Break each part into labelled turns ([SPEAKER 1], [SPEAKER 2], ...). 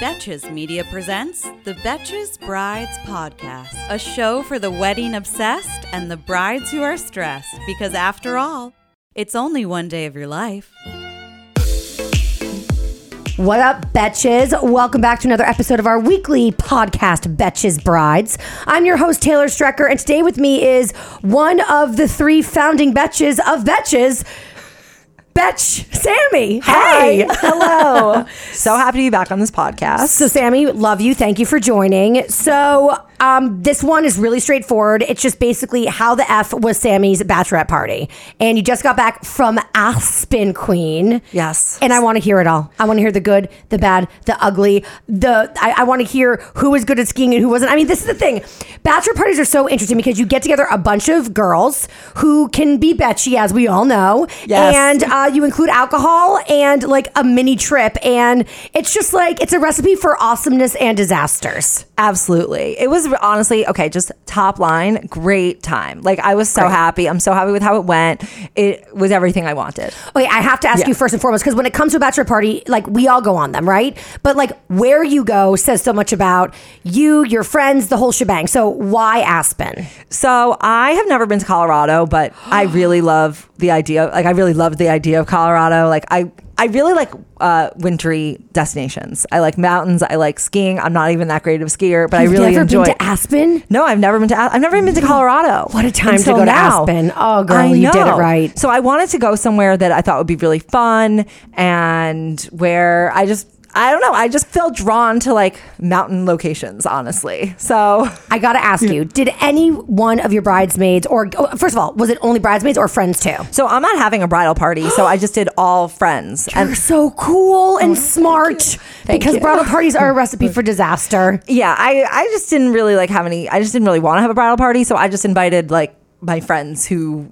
[SPEAKER 1] Betches Media presents the Betches Brides Podcast, a show for the wedding obsessed and the brides who are stressed, because after all, it's only one day of your life.
[SPEAKER 2] What up, Betches? Welcome back to another episode of our weekly podcast, Betches Brides. I'm your host, Taylor Strecker, and today with me is one of the three founding Betches of Betches, Betch Sammy. Hey.
[SPEAKER 3] Hello. so happy to be back on this podcast.
[SPEAKER 2] So, Sammy, love you. Thank you for joining. So, um, this one is really straightforward. It's just basically how the F was Sammy's bachelorette party. And you just got back from Aspen, Queen.
[SPEAKER 3] Yes.
[SPEAKER 2] And I want to hear it all. I want to hear the good, the bad, the ugly, the I, I want to hear who was good at skiing and who wasn't. I mean, this is the thing. Bachelor parties are so interesting because you get together a bunch of girls who can be betchy, as we all know.
[SPEAKER 3] Yes.
[SPEAKER 2] And uh, you include alcohol and like a mini trip. And it's just like it's a recipe for awesomeness and disasters.
[SPEAKER 3] Absolutely. It was honestly, okay, just top line, great time. Like, I was so happy. I'm so happy with how it went. It was everything I wanted.
[SPEAKER 2] Okay, I have to ask
[SPEAKER 3] Yeah.
[SPEAKER 2] you first and foremost because when it comes to a bachelor party, like we all go on them, right? But like where you go says so much about you, your friends, the whole shebang. So why Aspen?
[SPEAKER 3] So, I have never been to Colorado, but I really love the idea. Like, I really loved the idea of Colorado. Like, I. I really like uh, wintry destinations. I like mountains. I like skiing. I'm not even that great of a skier, but
[SPEAKER 2] You've
[SPEAKER 3] I really
[SPEAKER 2] never
[SPEAKER 3] enjoy.
[SPEAKER 2] been to Aspen.
[SPEAKER 3] No, I've never been to. I've never even been to Colorado.
[SPEAKER 2] Mm. What a time to
[SPEAKER 3] Until
[SPEAKER 2] go to
[SPEAKER 3] now.
[SPEAKER 2] Aspen. Oh, girl,
[SPEAKER 3] I
[SPEAKER 2] you did it
[SPEAKER 3] know.
[SPEAKER 2] right.
[SPEAKER 3] So I wanted to go somewhere that I thought would be really fun and where I just. I don't know. I just felt drawn to like mountain locations, honestly. So
[SPEAKER 2] I gotta ask you, did any one of your bridesmaids, or oh, first of all, was it only bridesmaids or friends too?
[SPEAKER 3] so I'm not having a bridal party, so I just did all friends.
[SPEAKER 2] You're so cool
[SPEAKER 3] Oh,
[SPEAKER 2] and smart because bridal parties are a recipe for disaster.
[SPEAKER 3] yeah, I, I just didn't really like have any. I just didn't really want to have a bridal party, so I just invited like my friends who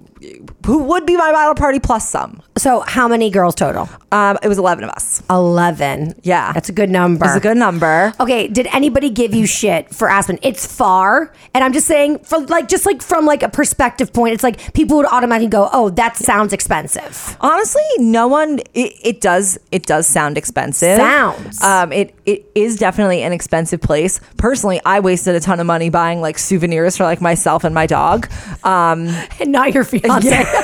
[SPEAKER 3] who would be my bridal party plus some.
[SPEAKER 2] So, how many girls total?
[SPEAKER 3] Um, it was eleven of us.
[SPEAKER 2] 11.
[SPEAKER 3] Yeah.
[SPEAKER 2] That's a good number.
[SPEAKER 3] It's a good number.
[SPEAKER 2] Okay, did anybody give you shit for Aspen? It's far, and I'm just saying, for like, just like from like a perspective point, it's like people would automatically go, "Oh, that sounds expensive."
[SPEAKER 3] Honestly, no one. It, it does. It does sound expensive.
[SPEAKER 2] Sounds.
[SPEAKER 3] Um. It it is definitely an expensive place. Personally, I wasted a ton of money buying like souvenirs for like myself and my dog. Um.
[SPEAKER 2] And not your fiance.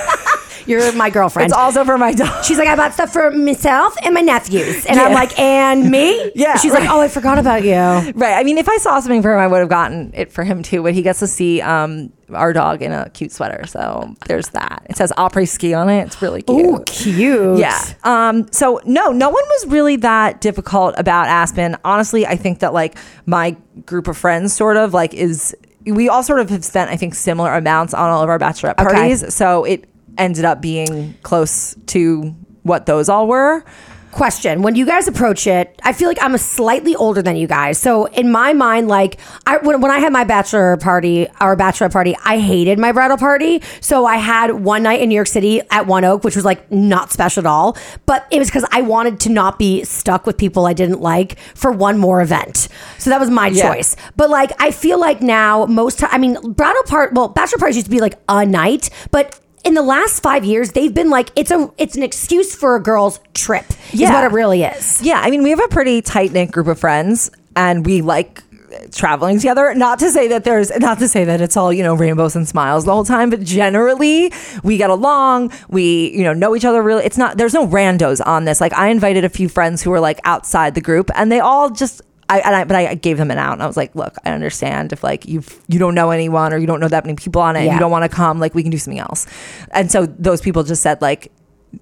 [SPEAKER 2] You're my girlfriend.
[SPEAKER 3] It's also for my dog.
[SPEAKER 2] She's like, I bought stuff for myself and my nephews, and I'm
[SPEAKER 3] Yeah.
[SPEAKER 2] like, and me.
[SPEAKER 3] Yeah,
[SPEAKER 2] She's like,
[SPEAKER 3] right.
[SPEAKER 2] oh, I forgot about you.
[SPEAKER 3] Right. I mean, if I saw something for him, I would have gotten it for him too. But he gets to see um our dog in a cute sweater, so there's that. It says après ski on it. It's really cute.
[SPEAKER 2] Ooh, cute.
[SPEAKER 3] Yeah. Um, so no, no one was really that difficult about Aspen. Honestly, I think that like my group of friends sort of like is we all sort of have spent I think similar amounts on all of our bachelorette
[SPEAKER 2] Okay.
[SPEAKER 3] parties. So it ended up being close to what those all were.
[SPEAKER 2] Question: When you guys approach it, I feel like I'm a slightly older than you guys. So in my mind, like I when, when I had my bachelor party, our bachelor party, I hated my bridal party. So I had one night in New York City at One Oak, which was like not special at all. But it was because I wanted to not be stuck with people I didn't like for one more event. So that was my
[SPEAKER 3] Yeah.
[SPEAKER 2] choice. But like I feel like now most ti- I mean bridal part well bachelor parties used to be like a night, but in the last five years, they've been like it's a it's an excuse for a girl's trip. is
[SPEAKER 3] Yeah.
[SPEAKER 2] what it really is.
[SPEAKER 3] Yeah, I mean, we have a pretty tight knit group of friends, and we like traveling together. Not to say that there's not to say that it's all you know rainbows and smiles the whole time, but generally we get along. We you know know each other really. It's not there's no randos on this. Like I invited a few friends who were like outside the group, and they all just. I, and I, but I gave them an out, and I was like, "Look, I understand if like you you don't know anyone or you don't know that many people on it, and
[SPEAKER 2] Yeah.
[SPEAKER 3] you don't want to come. Like we can do something else." And so those people just said like,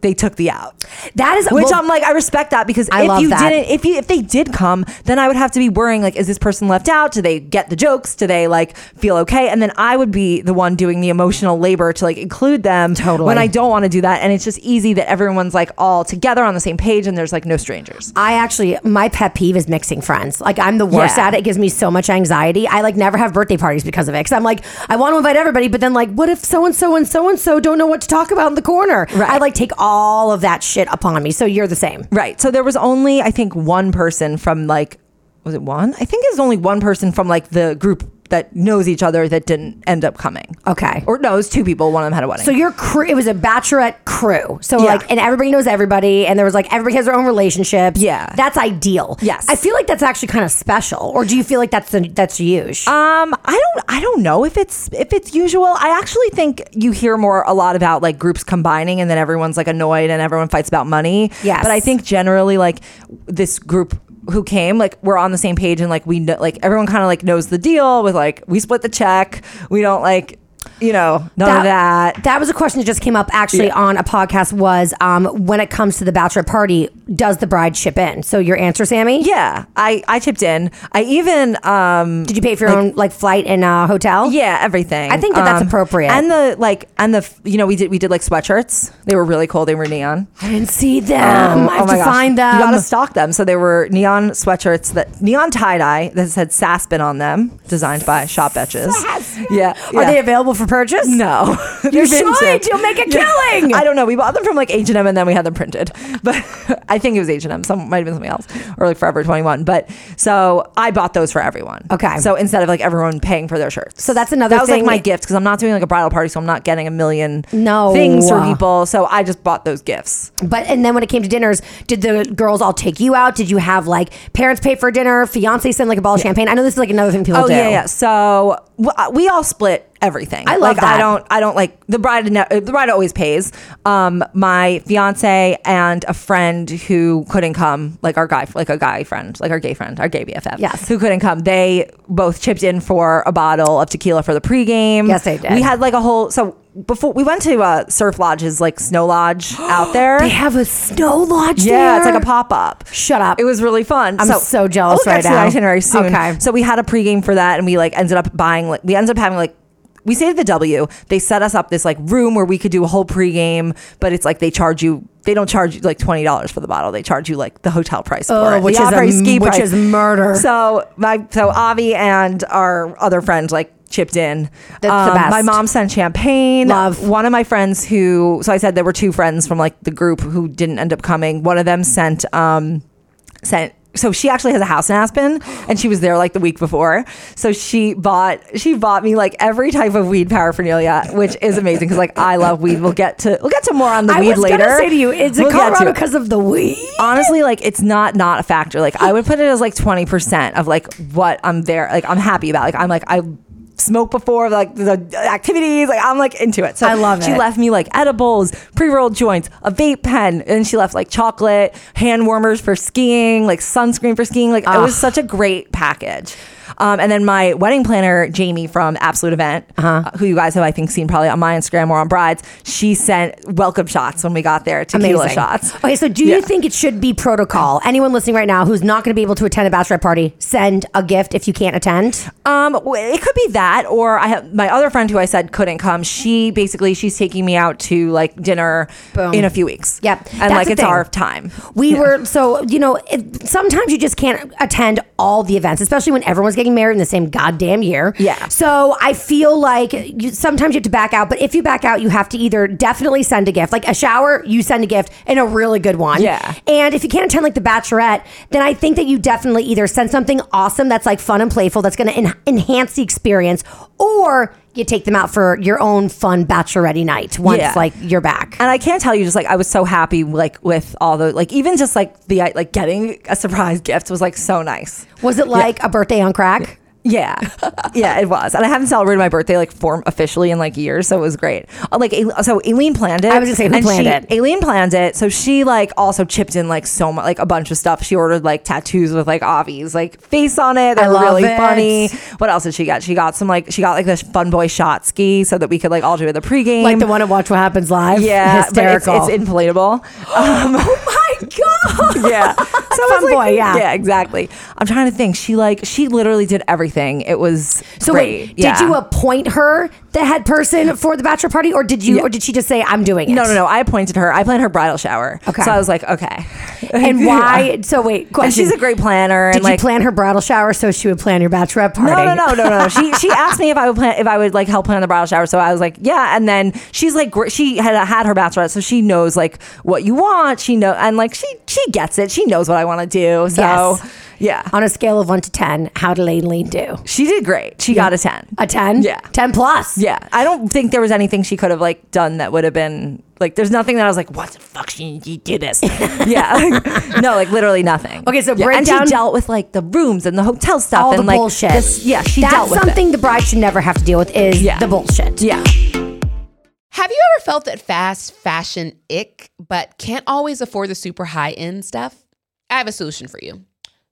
[SPEAKER 3] they took the out.
[SPEAKER 2] That is
[SPEAKER 3] Which
[SPEAKER 2] well,
[SPEAKER 3] I'm like, I respect that because
[SPEAKER 2] I
[SPEAKER 3] if
[SPEAKER 2] love
[SPEAKER 3] you
[SPEAKER 2] that.
[SPEAKER 3] didn't, if you if they did come, then I would have to be worrying like, is this person left out? Do they get the jokes? Do they like feel okay? And then I would be the one doing the emotional labor to like include them.
[SPEAKER 2] Totally.
[SPEAKER 3] When I don't want to do that, and it's just easy that everyone's like all together on the same page, and there's like no strangers.
[SPEAKER 2] I actually, my pet peeve is mixing friends. Like, I'm the worst
[SPEAKER 3] Yeah.
[SPEAKER 2] at it. It gives me so much anxiety. I like never have birthday parties because of it. Cause I'm like, I want to invite everybody, but then like, what if so and so and so and so don't know what to talk about in the corner? I like take all of that shit upon me. So you're the same.
[SPEAKER 3] Right. So there was only I think one person from like was it one? I think it was only one person from like the group that knows each other that didn't end up coming.
[SPEAKER 2] Okay.
[SPEAKER 3] Or no, it was two people. One of them had a wedding.
[SPEAKER 2] So your crew, it was a bachelorette crew. So
[SPEAKER 3] Yeah.
[SPEAKER 2] like, and everybody knows everybody, and there was like everybody has their own relationships.
[SPEAKER 3] Yeah.
[SPEAKER 2] that's ideal.
[SPEAKER 3] Yes.
[SPEAKER 2] I feel like that's actually kind of special. Or do you feel like that's the, that's huge?
[SPEAKER 3] Um, I don't, I don't know if it's if it's usual. I actually think you hear more a lot about like groups combining, and then everyone's like annoyed, and everyone fights about money.
[SPEAKER 2] Yes.
[SPEAKER 3] but I think generally like this group who came like we're on the same page, and like we know, like everyone kind of like knows the deal with like we split the check. We don't like you know none of that.
[SPEAKER 2] was a question that just came up actually
[SPEAKER 3] Yeah.
[SPEAKER 2] on a podcast was um, when it comes to the bachelor party, does the bride chip in? So your answer, Sammy?
[SPEAKER 3] Yeah, I I chipped in. I even um
[SPEAKER 2] Did you pay for your own like flight and uh, hotel?
[SPEAKER 3] yeah everything. Um,
[SPEAKER 2] I think that that's appropriate.
[SPEAKER 3] And the like and the f- you know we did we did like sweatshirts. They were really cool. They were neon.
[SPEAKER 2] I didn't see them. I have to
[SPEAKER 3] Um, oh gosh.
[SPEAKER 2] find them.
[SPEAKER 3] You gotta stock them. So they were neon sweatshirts that neon tie dye that said Saspin on them, designed by Shop Etches. Yeah,
[SPEAKER 2] Are
[SPEAKER 3] yeah.
[SPEAKER 2] they available for purchase?
[SPEAKER 3] No, They're
[SPEAKER 2] You should.
[SPEAKER 3] vintage.
[SPEAKER 2] You'll make a
[SPEAKER 3] Yeah.
[SPEAKER 2] killing.
[SPEAKER 3] I don't know. We bought them from like H and M, and then we had them printed. But I think it was H and M. Some might have been something else, or like Forever Twenty One. But so I bought those for everyone.
[SPEAKER 2] Okay.
[SPEAKER 3] So instead of like everyone paying for their shirts,
[SPEAKER 2] So that's another
[SPEAKER 3] That was
[SPEAKER 2] thing.
[SPEAKER 3] like my gift because I'm not doing like a bridal party, so I'm not getting a million
[SPEAKER 2] No.
[SPEAKER 3] things for people. So I just bought those gifts.
[SPEAKER 2] But and then when it came to dinners, did the girls all take you out? Did you have like parents pay for dinner? Fiance send like a bottle of champagne? I know this is like another thing people
[SPEAKER 3] Oh
[SPEAKER 2] do.
[SPEAKER 3] yeah, yeah. So w- uh, we all split everything.
[SPEAKER 2] I love
[SPEAKER 3] like,
[SPEAKER 2] that.
[SPEAKER 3] I don't. I don't like the bride. Ne- uh, the bride always pays. Um, my fiance and a friend who couldn't come, like our guy, like a guy friend, like our gay friend, our gay BFF,
[SPEAKER 2] Yes.
[SPEAKER 3] who couldn't come. They both chipped in for a bottle of tequila for the pregame.
[SPEAKER 2] Yes, they did.
[SPEAKER 3] We had like a whole. So before we went to uh, Surf Lodge's like Snow Lodge out there.
[SPEAKER 2] They have a snow lodge.
[SPEAKER 3] Yeah, it's
[SPEAKER 2] there?
[SPEAKER 3] like a pop up.
[SPEAKER 2] Shut up.
[SPEAKER 3] It was really fun.
[SPEAKER 2] I'm so jealous
[SPEAKER 3] I'll get
[SPEAKER 2] right
[SPEAKER 3] to the
[SPEAKER 2] now.
[SPEAKER 3] itinerary soon.
[SPEAKER 2] Okay.
[SPEAKER 3] So we had a pregame for that, and we like ended up buying. Like we ended up having like. We stayed at the W. They set us up this like room where we could do a whole pregame, but it's like they charge you. They don't charge you like twenty dollars for the bottle. They charge you like the hotel price for
[SPEAKER 2] Oh,
[SPEAKER 3] it,
[SPEAKER 2] which
[SPEAKER 3] the
[SPEAKER 2] is a
[SPEAKER 3] Opry
[SPEAKER 2] m-
[SPEAKER 3] ski
[SPEAKER 2] which
[SPEAKER 3] price.
[SPEAKER 2] is murder.
[SPEAKER 3] So my so Avi and our other friend like chipped in. Um,
[SPEAKER 2] That's the best.
[SPEAKER 3] My mom sent champagne.
[SPEAKER 2] Love.
[SPEAKER 3] One of my friends who so I said there were two friends from like the group who didn't end up coming. One of them sent um sent so she actually has a house in Aspen and she was there like the week before. So she bought she bought me like every type of weed paraphernalia, which is amazing because like I love weed. We'll get to we'll get to more on the
[SPEAKER 2] I
[SPEAKER 3] weed
[SPEAKER 2] was
[SPEAKER 3] later.
[SPEAKER 2] gonna say to you, is it
[SPEAKER 3] We'll get to
[SPEAKER 2] Colorado because of the weed?
[SPEAKER 3] honestly like it's not not a factor like i would put it as like 20% of like what i'm there like i'm happy about like i'm like i smoke before like the activities like i'm like into it so
[SPEAKER 2] I love
[SPEAKER 3] she
[SPEAKER 2] it.
[SPEAKER 3] left me like edibles pre-rolled joints a vape pen and she left like chocolate hand warmers for skiing like sunscreen for skiing like it was such a great package um, and then my wedding planner jamie from absolute event
[SPEAKER 2] Uh-huh.
[SPEAKER 3] uh, who you guys have i think seen probably on my instagram or on brides she sent welcome shots when we got there tequila shots
[SPEAKER 2] Okay, so do you
[SPEAKER 3] Yeah.
[SPEAKER 2] think it should be protocol? Anyone listening right now who's not going to be able to attend a bachelorette party, send a gift if you can't attend.
[SPEAKER 3] Um, w- it could be that, or I have my other friend who I said couldn't come. She basically she's taking me out to like dinner
[SPEAKER 2] Boom.
[SPEAKER 3] in a few weeks.
[SPEAKER 2] Yep.
[SPEAKER 3] and
[SPEAKER 2] That's
[SPEAKER 3] like
[SPEAKER 2] the
[SPEAKER 3] it's
[SPEAKER 2] thing.
[SPEAKER 3] our time.
[SPEAKER 2] We were so you know it, sometimes you just can't attend all the events, especially when everyone's getting married in the same goddamn year.
[SPEAKER 3] Yeah.
[SPEAKER 2] So I feel like you, sometimes you have to back out, but if you back out, you have to either definitely send a gift, like a shower, you send a gift and a really good one.
[SPEAKER 3] Yeah.
[SPEAKER 2] And if you can't attend like the Bachelorette, then I think that you definitely either send something awesome that's like fun and playful that's going to en- enhance the experience, or you take them out for your own fun Bachelorette night once
[SPEAKER 3] Yeah.
[SPEAKER 2] like you're back.
[SPEAKER 3] And I can't tell you, just like I was so happy, like with all the like even just like the like getting a surprise gift was like so nice.
[SPEAKER 2] Was it like a birthday on crack?
[SPEAKER 3] Yeah, yeah, it was, and I haven't celebrated my birthday like form officially in like years, so it was great. Uh, Like, Ail- so Aileen planned it.
[SPEAKER 2] I was gonna say, who
[SPEAKER 3] and
[SPEAKER 2] planned
[SPEAKER 3] she-
[SPEAKER 2] it?
[SPEAKER 3] Aileen planned it, so she like also chipped in like so much, like a bunch of stuff. She ordered like tattoos with like Avi's like face on it. They
[SPEAKER 2] I
[SPEAKER 3] were
[SPEAKER 2] love
[SPEAKER 3] really
[SPEAKER 2] it.
[SPEAKER 3] funny. What else did she get? She got some like she got like this fun boy shot ski so that we could like all do it at the pregame.
[SPEAKER 2] Like the one at Watch What Happens Live.
[SPEAKER 3] yeah, but it's,
[SPEAKER 2] hysterical.
[SPEAKER 3] it's inflatable.
[SPEAKER 2] oh my god.
[SPEAKER 3] yeah. So it
[SPEAKER 2] Fun
[SPEAKER 3] was, like-
[SPEAKER 2] boy, yeah.
[SPEAKER 3] Yeah, exactly. I'm trying to think. She like she literally did everything. It was
[SPEAKER 2] So
[SPEAKER 3] great.
[SPEAKER 2] wait,
[SPEAKER 3] Yeah.
[SPEAKER 2] did you appoint her the head person for the bachelor party, or did you, or did she just say, "I'm doing it"?
[SPEAKER 3] No, no, no. I appointed her. I planned her bridal shower.
[SPEAKER 2] Okay.
[SPEAKER 3] So I was like, okay.
[SPEAKER 2] And why? So wait, question.
[SPEAKER 3] And she's a great planner.
[SPEAKER 2] Did
[SPEAKER 3] and
[SPEAKER 2] you
[SPEAKER 3] like,
[SPEAKER 2] plan her bridal shower so she would plan your bachelorette party?
[SPEAKER 3] No, no, no, no, no. She she asked me if I would plan if I would like help plan the bridal shower. So I was like, yeah. And then she's like, gr- she had had her bachelorette, so she knows like what you want. She know and like she she gets it. She knows what I want to do. So
[SPEAKER 2] Yes.
[SPEAKER 3] yeah,
[SPEAKER 2] On a scale of one to ten, how did Aileen do?
[SPEAKER 3] she did great. She got a ten.
[SPEAKER 2] A ten?
[SPEAKER 3] Yeah.
[SPEAKER 2] Ten plus.
[SPEAKER 3] yeah, I don't think there was anything she could have like done that would have been like. There's nothing that I was like, what the fuck she she did this? yeah, no, like literally nothing.
[SPEAKER 2] Okay, so
[SPEAKER 3] yeah.
[SPEAKER 2] break
[SPEAKER 3] and
[SPEAKER 2] down-
[SPEAKER 3] she dealt with like the rooms and the hotel stuff
[SPEAKER 2] All
[SPEAKER 3] and
[SPEAKER 2] the
[SPEAKER 3] like
[SPEAKER 2] bullshit.
[SPEAKER 3] This, yeah, she
[SPEAKER 2] That's
[SPEAKER 3] dealt with
[SPEAKER 2] something the bride should never have to deal with is
[SPEAKER 3] Yeah.
[SPEAKER 2] the bullshit.
[SPEAKER 3] It. Yeah.
[SPEAKER 4] Have you ever felt that fast fashion ick, but can't always afford the super high end stuff? I have a solution for you.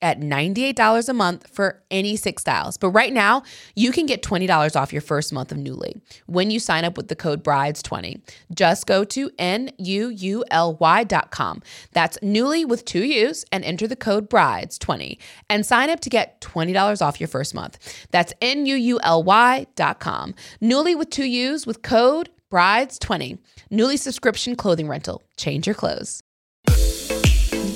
[SPEAKER 4] at $98 a month for any six styles. But right now, you can get $20 off your first month of Newly when you sign up with the code BRIDES20. Just go to N-U-U-L-Y.com. That's Newly with two U's and enter the code BRIDES20 and sign up to get $20 off your first month. That's N-U-U-L-Y dot com. Newly with two U's with code BRIDES20. Newly subscription clothing rental. Change your clothes.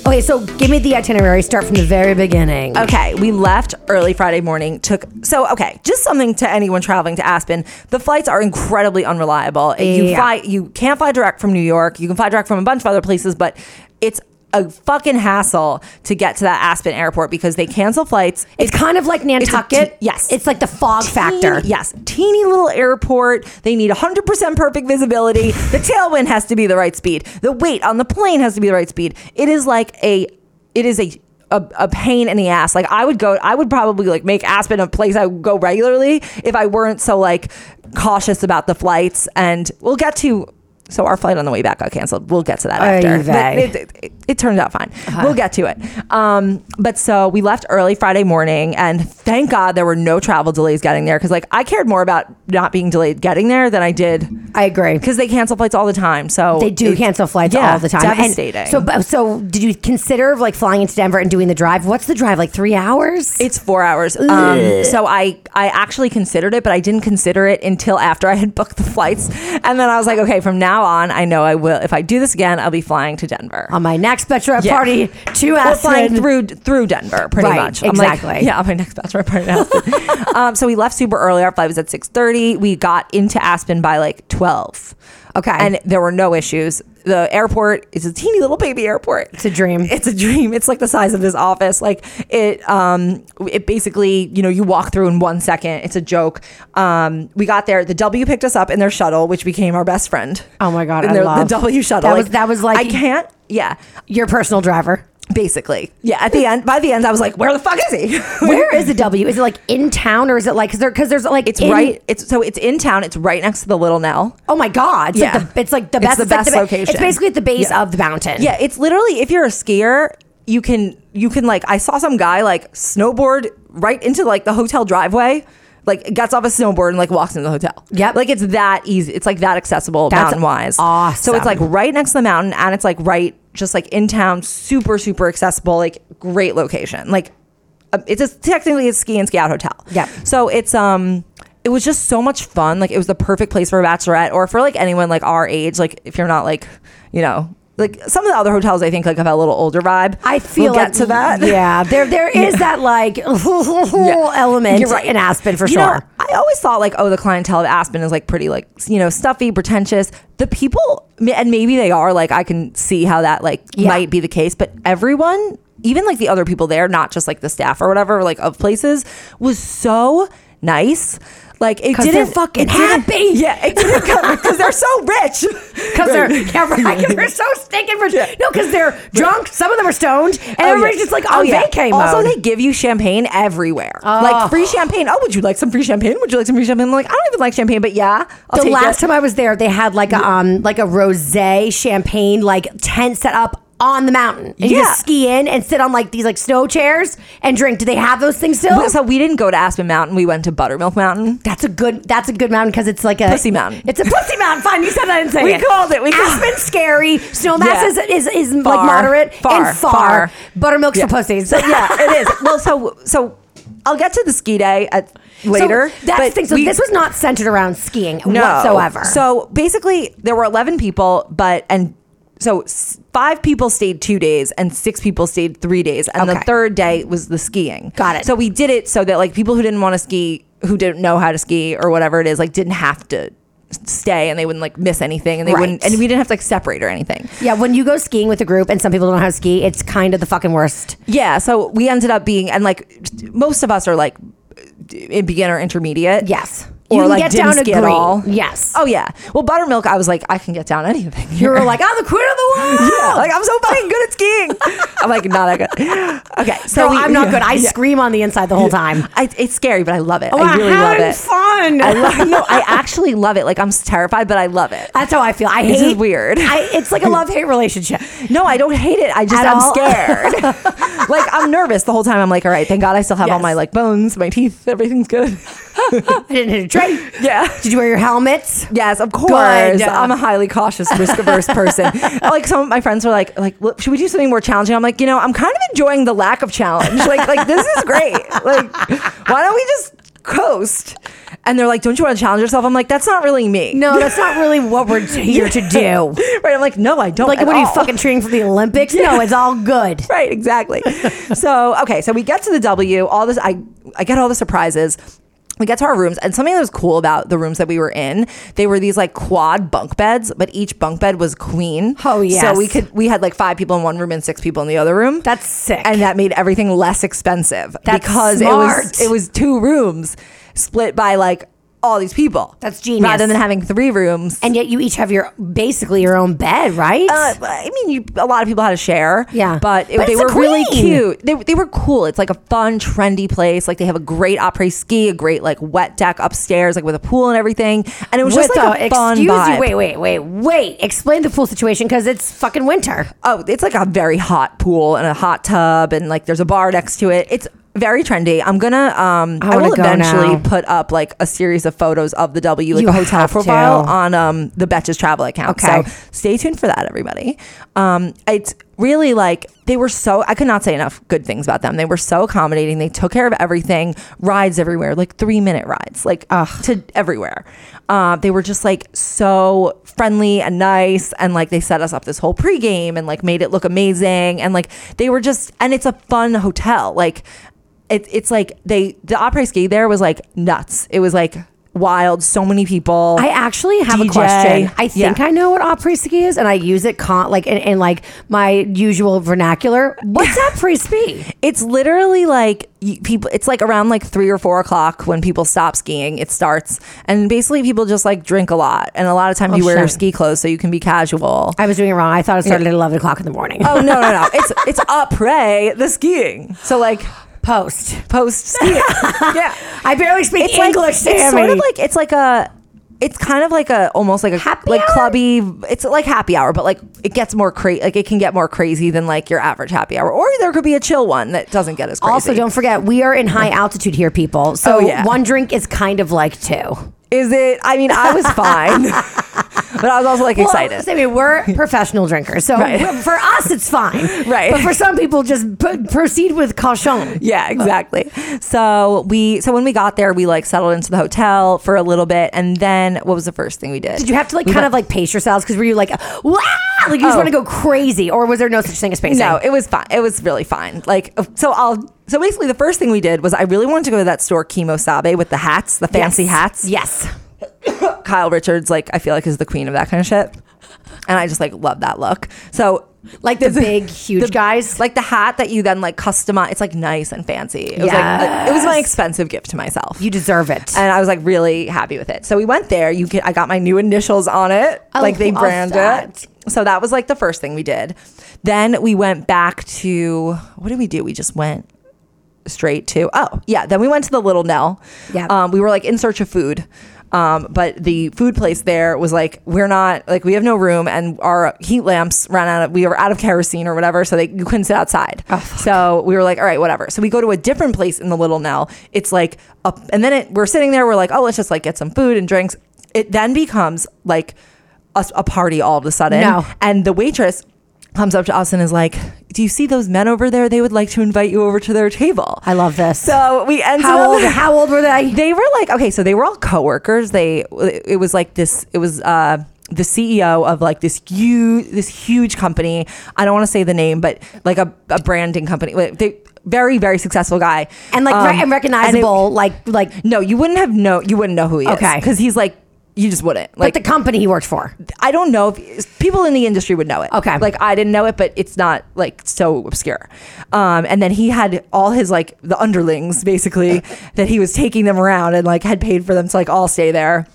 [SPEAKER 2] Okay, so give me the itinerary. Start from the very beginning.
[SPEAKER 3] Okay, we left early Friday morning. Took so okay, just something to anyone traveling to Aspen. The flights are incredibly unreliable. You
[SPEAKER 2] Yeah.
[SPEAKER 3] fly, you can't fly direct from New York. You can fly direct from a bunch of other places, but it's a fucking hassle to get to that Aspen airport because they cancel flights.
[SPEAKER 2] It's kind of like Nantucket.
[SPEAKER 3] te- yes.
[SPEAKER 2] It's like the fog factor.
[SPEAKER 3] Teeny- yes, teeny little airport. They need 100% perfect visibility. The tailwind has to be the right speed. The weight on the plane has to be the right speed. It is like a, it is a, a, a pain in the ass. Like I would go, I would probably like make Aspen a place I would go regularly if I weren't so like cautious about the flights. And we'll get to. So our flight on the way back got canceled. We'll get to that
[SPEAKER 2] Oy
[SPEAKER 3] after. But
[SPEAKER 2] vey.
[SPEAKER 3] it- it, it, it turned out fine.
[SPEAKER 2] Uh-huh.
[SPEAKER 3] We'll get to it. Um, but so we left early Friday morning, and thank God there were no travel delays getting there because like I cared more about not being delayed getting there than I did
[SPEAKER 2] I agree.
[SPEAKER 3] because they cancel flights all the time. So
[SPEAKER 2] They do
[SPEAKER 3] it-
[SPEAKER 2] cancel flights
[SPEAKER 3] yeah,
[SPEAKER 2] all the time.
[SPEAKER 3] Devastating.
[SPEAKER 2] And so, but- so did you consider like flying into Denver and doing the drive? What's the drive like? Three hours?
[SPEAKER 3] It's four hours. Um, so I I actually considered it, but I didn't consider it until after I had booked the flights, and then I was like, okay, from now on, I know I will. If I do this again, I'll be flying to Denver.
[SPEAKER 2] on my next bachelorette
[SPEAKER 3] Yeah.
[SPEAKER 2] party to
[SPEAKER 3] We're flying
[SPEAKER 2] Aspen.
[SPEAKER 3] through through Denver, pretty
[SPEAKER 2] Right,
[SPEAKER 3] much. I'm like,
[SPEAKER 2] exactly.
[SPEAKER 3] yeah, on my next bachelor party. in Aspen. um, so we left super early. Our flight was at six thirty. We got into Aspen by like twelve.
[SPEAKER 2] Okay.
[SPEAKER 3] and there were no issues. The airport is a teeny little baby airport.
[SPEAKER 2] It's a dream.
[SPEAKER 3] It's a dream. It's like the size of this office. Like it, um, it basically, you know, you walk through in one second. It's a joke. Um, we got there. The W picked us up in their shuttle, which became our best friend.
[SPEAKER 2] Oh my God,
[SPEAKER 3] In
[SPEAKER 2] I
[SPEAKER 3] their-
[SPEAKER 2] love-
[SPEAKER 3] the W shuttle.
[SPEAKER 2] That was- that was like-
[SPEAKER 3] I can't. Yeah,
[SPEAKER 2] Your personal driver.
[SPEAKER 3] basically. Yeah, at the end, by the end, I was like, "Where the fuck is he?"
[SPEAKER 2] Where is the W? Is it like in town or is it like because there because there's like
[SPEAKER 3] It's
[SPEAKER 2] in-
[SPEAKER 3] right. It's so it's in town. It's right next to the Little Nell.
[SPEAKER 2] Oh my god! It's
[SPEAKER 3] Yeah.
[SPEAKER 2] like the it's like the
[SPEAKER 3] It's
[SPEAKER 2] best
[SPEAKER 3] the
[SPEAKER 2] like
[SPEAKER 3] best
[SPEAKER 2] ba-
[SPEAKER 3] location.
[SPEAKER 2] It's basically at the base
[SPEAKER 3] Yeah.
[SPEAKER 2] of the mountain.
[SPEAKER 3] Yeah, it's literally if you're a skier, you can you can like I saw some guy like snowboard right into like the hotel driveway. Like gets off a snowboard and like walks into the hotel.
[SPEAKER 2] Yep.
[SPEAKER 3] Like it's that easy. It's like that accessible
[SPEAKER 2] That's
[SPEAKER 3] mountain wise. So
[SPEAKER 2] awesome.
[SPEAKER 3] it's like right next to the mountain and it's like right just like in town, super, super accessible, like great location. Like um, it's just technically a ski and ski out hotel.
[SPEAKER 2] Yep.
[SPEAKER 3] So it's um it was just so much fun. Like it was the perfect place for a bachelorette or for like anyone like our age, like if you're not like, you know, like some of the other hotels I think like have a little older vibe.
[SPEAKER 2] I feel
[SPEAKER 3] we'll get
[SPEAKER 2] like-
[SPEAKER 3] to that.
[SPEAKER 2] Yeah, there there is that like element
[SPEAKER 3] You're right.
[SPEAKER 2] in Aspen for
[SPEAKER 3] You
[SPEAKER 2] sure.
[SPEAKER 3] know, I always thought like, oh, the clientele of Aspen is like pretty like you know stuffy, pretentious. The people, and maybe they are like I can see how that like
[SPEAKER 2] Yeah.
[SPEAKER 3] might be the case, but everyone, even like the other people there, not just like the staff or whatever, like of places, was so nice. Like it
[SPEAKER 2] 'Cause they're
[SPEAKER 3] didn't
[SPEAKER 2] fucking
[SPEAKER 3] it didn't-
[SPEAKER 2] happy.
[SPEAKER 3] Yeah, it didn't because they're so rich.
[SPEAKER 2] Because they're yeah, right. they're so stinking rich. No, because they're drunk. Some of them are stoned, and
[SPEAKER 3] Oh, yeah.
[SPEAKER 2] everybody's just like on
[SPEAKER 3] Oh, yeah.
[SPEAKER 2] vacay
[SPEAKER 3] Also,
[SPEAKER 2] mode.
[SPEAKER 3] they give you champagne everywhere, like free champagne. Oh, would you like some free champagne? Would you like some free champagne? I'm like, I don't even like champagne, but yeah, I'll
[SPEAKER 2] the
[SPEAKER 3] take
[SPEAKER 2] last
[SPEAKER 3] it.
[SPEAKER 2] time I was there, they had like a um like a rosé champagne like tent set up on the mountain. And You
[SPEAKER 3] Yeah.
[SPEAKER 2] just ski in and sit on like these like snow chairs and drink. Do they have those things still?
[SPEAKER 3] Well, So we didn't go to Aspen Mountain. We went to Buttermilk Mountain.
[SPEAKER 2] that's a good. That's a good mountain because it's like a
[SPEAKER 3] Pussy mountain.
[SPEAKER 2] It's a pussy mountain. Fine, you said that. I didn't say
[SPEAKER 3] We
[SPEAKER 2] it.
[SPEAKER 3] called it. We called-
[SPEAKER 2] Aspen's scary. Snowmass
[SPEAKER 3] Yeah.
[SPEAKER 2] is is, is like
[SPEAKER 3] Far.
[SPEAKER 2] moderate
[SPEAKER 3] Far.
[SPEAKER 2] and far.
[SPEAKER 3] Far.
[SPEAKER 2] Buttermilk's
[SPEAKER 3] Yeah.
[SPEAKER 2] for pussies.
[SPEAKER 3] So yeah, it is. Well, so so I'll get to the ski day at later.
[SPEAKER 2] So that's the
[SPEAKER 3] but
[SPEAKER 2] thing. So
[SPEAKER 3] we-
[SPEAKER 2] this was not centered around skiing
[SPEAKER 3] no.
[SPEAKER 2] whatsoever.
[SPEAKER 3] So basically, there were eleven people, but and so s- five people stayed two days and six people stayed three days, and the
[SPEAKER 2] Okay.
[SPEAKER 3] third day was the skiing.
[SPEAKER 2] Got it.
[SPEAKER 3] So we did it so that like people who didn't want to ski, who didn't know how to ski or whatever it is, like didn't have to s- stay and they wouldn't like miss anything and they
[SPEAKER 2] Right.
[SPEAKER 3] wouldn't and we didn't have to like separate or anything.
[SPEAKER 2] yeah, when you go skiing with a group and some people don't know how to ski, it's kind of the fucking worst.
[SPEAKER 3] Yeah, so we ended up being and like most of us are like in beginner intermediate.
[SPEAKER 2] Yes.
[SPEAKER 3] Or
[SPEAKER 2] You can
[SPEAKER 3] like
[SPEAKER 2] get
[SPEAKER 3] didn't
[SPEAKER 2] down a
[SPEAKER 3] ski at
[SPEAKER 2] green.
[SPEAKER 3] all.
[SPEAKER 2] Yes.
[SPEAKER 3] Oh yeah. Well, buttermilk, I was like, I can get down anything.
[SPEAKER 2] You were like, I'm the queen of the world.
[SPEAKER 3] Yeah, like I'm so fucking good at skiing. I'm like not that good. Okay, so
[SPEAKER 2] Girl,
[SPEAKER 3] we-
[SPEAKER 2] I'm not good. I
[SPEAKER 3] Yeah.
[SPEAKER 2] scream on the inside the whole time.
[SPEAKER 3] I, it's scary, but I love it.
[SPEAKER 2] Oh,
[SPEAKER 3] I
[SPEAKER 2] I'm
[SPEAKER 3] really love
[SPEAKER 2] having
[SPEAKER 3] it.
[SPEAKER 2] fun.
[SPEAKER 3] I love, no, I actually love it. Like I'm terrified, but I love it.
[SPEAKER 2] That's how I feel. I hate.
[SPEAKER 3] This is weird.
[SPEAKER 2] I, it's like a love hate relationship.
[SPEAKER 3] No, I don't hate it. I just
[SPEAKER 2] At
[SPEAKER 3] I'm
[SPEAKER 2] all?
[SPEAKER 3] scared. like I'm nervous the whole time. I'm like, all right, thank God I still have all
[SPEAKER 2] Yes.
[SPEAKER 3] my like bones, my teeth, everything's good.
[SPEAKER 2] I didn't hit a train.
[SPEAKER 3] Yeah.
[SPEAKER 2] Did you wear your helmets?
[SPEAKER 3] Yes, of course.
[SPEAKER 2] Good.
[SPEAKER 3] I'm a highly cautious, risk averse person. like some of my friends were like, like, "Well, should we do something more challenging? I'm like, you know, I'm kind of enjoying the lack of challenge. Like, like this is great. Like, why don't we just coast? And they're like, don't you want to challenge yourself? I'm like, that's not really me.
[SPEAKER 2] No, that's not really what we're here to do.
[SPEAKER 3] Right. I'm like, no, I don't.
[SPEAKER 2] Like,
[SPEAKER 3] at
[SPEAKER 2] what are you
[SPEAKER 3] all."
[SPEAKER 2] fucking training for the Olympics? No, it's all good.
[SPEAKER 3] Right, exactly. so okay, so we get to the W. All this, I I get all the surprises. We get to our rooms, and something that was cool about the rooms that we were in, they were these like quad bunk beds, but each bunk bed was queen.
[SPEAKER 2] Oh, yes.
[SPEAKER 3] So we could we had like five people in one room and six people in the other room.
[SPEAKER 2] That's sick.
[SPEAKER 3] And that made everything less expensive
[SPEAKER 2] That's
[SPEAKER 3] because it
[SPEAKER 2] smart.
[SPEAKER 3] was it was two rooms split by like all these people.
[SPEAKER 2] That's genius.
[SPEAKER 3] Rather than having three rooms.
[SPEAKER 2] And yet you each have your basically your own bed, right?
[SPEAKER 3] Uh, I mean, you, a lot of people had to share.
[SPEAKER 2] Yeah.
[SPEAKER 3] But, it-
[SPEAKER 2] But
[SPEAKER 3] they
[SPEAKER 2] it's a
[SPEAKER 3] were really
[SPEAKER 2] queen.
[SPEAKER 3] cute. They, they were cool. It's like a fun, trendy place. Like they have a great après ski, a great like wet deck upstairs, like with a pool and everything. And it was
[SPEAKER 2] With
[SPEAKER 3] just like a
[SPEAKER 2] the-
[SPEAKER 3] fun
[SPEAKER 2] excuse
[SPEAKER 3] vibe.
[SPEAKER 2] you, wait, wait, wait, wait. Explain the pool situation because it's fucking winter.
[SPEAKER 3] Oh, it's like a very hot pool and a hot tub, and like there's a bar next to it. It's very trendy. I'm gonna um I,
[SPEAKER 2] wanna
[SPEAKER 3] will
[SPEAKER 2] go
[SPEAKER 3] eventually
[SPEAKER 2] now.
[SPEAKER 3] put up like a series of photos of the W like
[SPEAKER 2] You
[SPEAKER 3] a hotel
[SPEAKER 2] have
[SPEAKER 3] profile
[SPEAKER 2] to.
[SPEAKER 3] on um the Betches travel account.
[SPEAKER 2] Okay.
[SPEAKER 3] So stay tuned for that, everybody. Um it's really like they were so I could not say enough good things about them. They were so accommodating. They took care of everything, rides everywhere, like three minute rides, like to everywhere. Uh, they were just like so friendly and nice, and like they set us up this whole pregame and like made it look amazing, and like they were just and it's a fun hotel. Like it, it's like they the opera ski there was like nuts. It was like wild, so many people.
[SPEAKER 2] I actually have a
[SPEAKER 3] DJ.
[SPEAKER 2] question. I think
[SPEAKER 3] Oh. Yeah.
[SPEAKER 2] I know what après ski is, and I use it con- like in, in like my usual vernacular. What's après ski?
[SPEAKER 3] It's literally like y- people. It's like around like three or four o'clock when people stop skiing. It starts, and basically people just like drink a lot, and a lot of times you wear your
[SPEAKER 2] Oh, shit.
[SPEAKER 3] ski clothes so you can be casual.
[SPEAKER 2] I was doing it wrong. I thought it started at eleven o'clock in the morning.
[SPEAKER 3] oh no no no! It's it's après the skiing. So like
[SPEAKER 2] Post.
[SPEAKER 3] post skiing. yeah,
[SPEAKER 2] I barely speak
[SPEAKER 3] it's
[SPEAKER 2] English,
[SPEAKER 3] Like, it's
[SPEAKER 2] Sammy.
[SPEAKER 3] sort of like it's like a. it's kind of like a almost like a
[SPEAKER 2] Happy
[SPEAKER 3] like
[SPEAKER 2] hour?
[SPEAKER 3] clubby. It's like happy hour, but like it gets more crazy. Like it can get more crazy than like your average happy hour, or there could be a chill one that doesn't get as crazy.
[SPEAKER 2] Also, don't forget we are in high altitude here, people. So
[SPEAKER 3] Oh, yeah.
[SPEAKER 2] one drink is kind of like two.
[SPEAKER 3] is it? I mean, I was fine, but I was also like
[SPEAKER 2] Well,
[SPEAKER 3] excited.
[SPEAKER 2] I mean, we're professional drinkers, so
[SPEAKER 3] Right.
[SPEAKER 2] we're- for us it's fine.
[SPEAKER 3] Right.
[SPEAKER 2] But for some people, just p- proceed with caution.
[SPEAKER 3] Yeah, exactly. So we so when we got there, we like settled into the hotel for a little bit, and then what was the first thing we did?
[SPEAKER 2] Did you have to like kind of like pace yourselves? Because were you like, wow, like you just
[SPEAKER 3] Oh.
[SPEAKER 2] want to go crazy, or was there no such thing as pacing?
[SPEAKER 3] No, it was fine. It was really fine. Like so, I'll so basically the first thing we did was I really wanted to go to that store Kimosabe with the hats, the fancy
[SPEAKER 2] Yes.
[SPEAKER 3] hats.
[SPEAKER 2] Yes.
[SPEAKER 3] Kyle Richards, like I feel like is the queen of that kind of shit, and I just like love that look. So
[SPEAKER 2] Like the
[SPEAKER 3] this-
[SPEAKER 2] big, huge guys?
[SPEAKER 3] like the hat that you then like customize. It's like nice and fancy. It was like it was my expensive gift to myself.
[SPEAKER 2] You deserve it.
[SPEAKER 3] and I was like really happy with it. So we went there. You get, I got my new initials on it.
[SPEAKER 2] I
[SPEAKER 3] like they
[SPEAKER 2] love
[SPEAKER 3] brand
[SPEAKER 2] that.
[SPEAKER 3] it. So that was like the first thing we did. Then we went back to what did we do? We just went straight to oh yeah. Then we went to the Little Nell.
[SPEAKER 2] Yeah.
[SPEAKER 3] Um, we were like in search of food. Um, but the food place there was like we're not like we have no room and our heat lamps ran out of we were out of kerosene or whatever so they you couldn't sit outside
[SPEAKER 2] Oh,
[SPEAKER 3] so we were like all right whatever so we go to a different place in the little Nell it's like up and then it, we're sitting there we're like oh let's just like get some food and drinks it then becomes like a, a party all of a sudden
[SPEAKER 2] No.
[SPEAKER 3] and the waitress comes up to us and is like do you see those men over there they would like to invite you over to their table
[SPEAKER 2] I love this.
[SPEAKER 3] so we ended
[SPEAKER 2] how
[SPEAKER 3] up
[SPEAKER 2] old? How old were they?
[SPEAKER 3] they were like okay so they were all coworkers they it was like this it was uh the CEO of like this huge this huge company I don't want to say the name but like a, a branding company Like, they very very successful guy
[SPEAKER 2] And like
[SPEAKER 3] Um,
[SPEAKER 2] re- and
[SPEAKER 3] it-
[SPEAKER 2] recognizable, like like.
[SPEAKER 3] no you wouldn't have no you wouldn't know who he is
[SPEAKER 2] Okay.
[SPEAKER 3] because he's like you just wouldn't
[SPEAKER 2] But
[SPEAKER 3] like
[SPEAKER 2] the company he worked for.
[SPEAKER 3] I don't know if people in the industry would know it.
[SPEAKER 2] Okay.
[SPEAKER 3] Like I didn't know it, but it's not like so obscure. Um, and then he had all his like the underlings basically that he was taking them around and like had paid for them to like all stay there.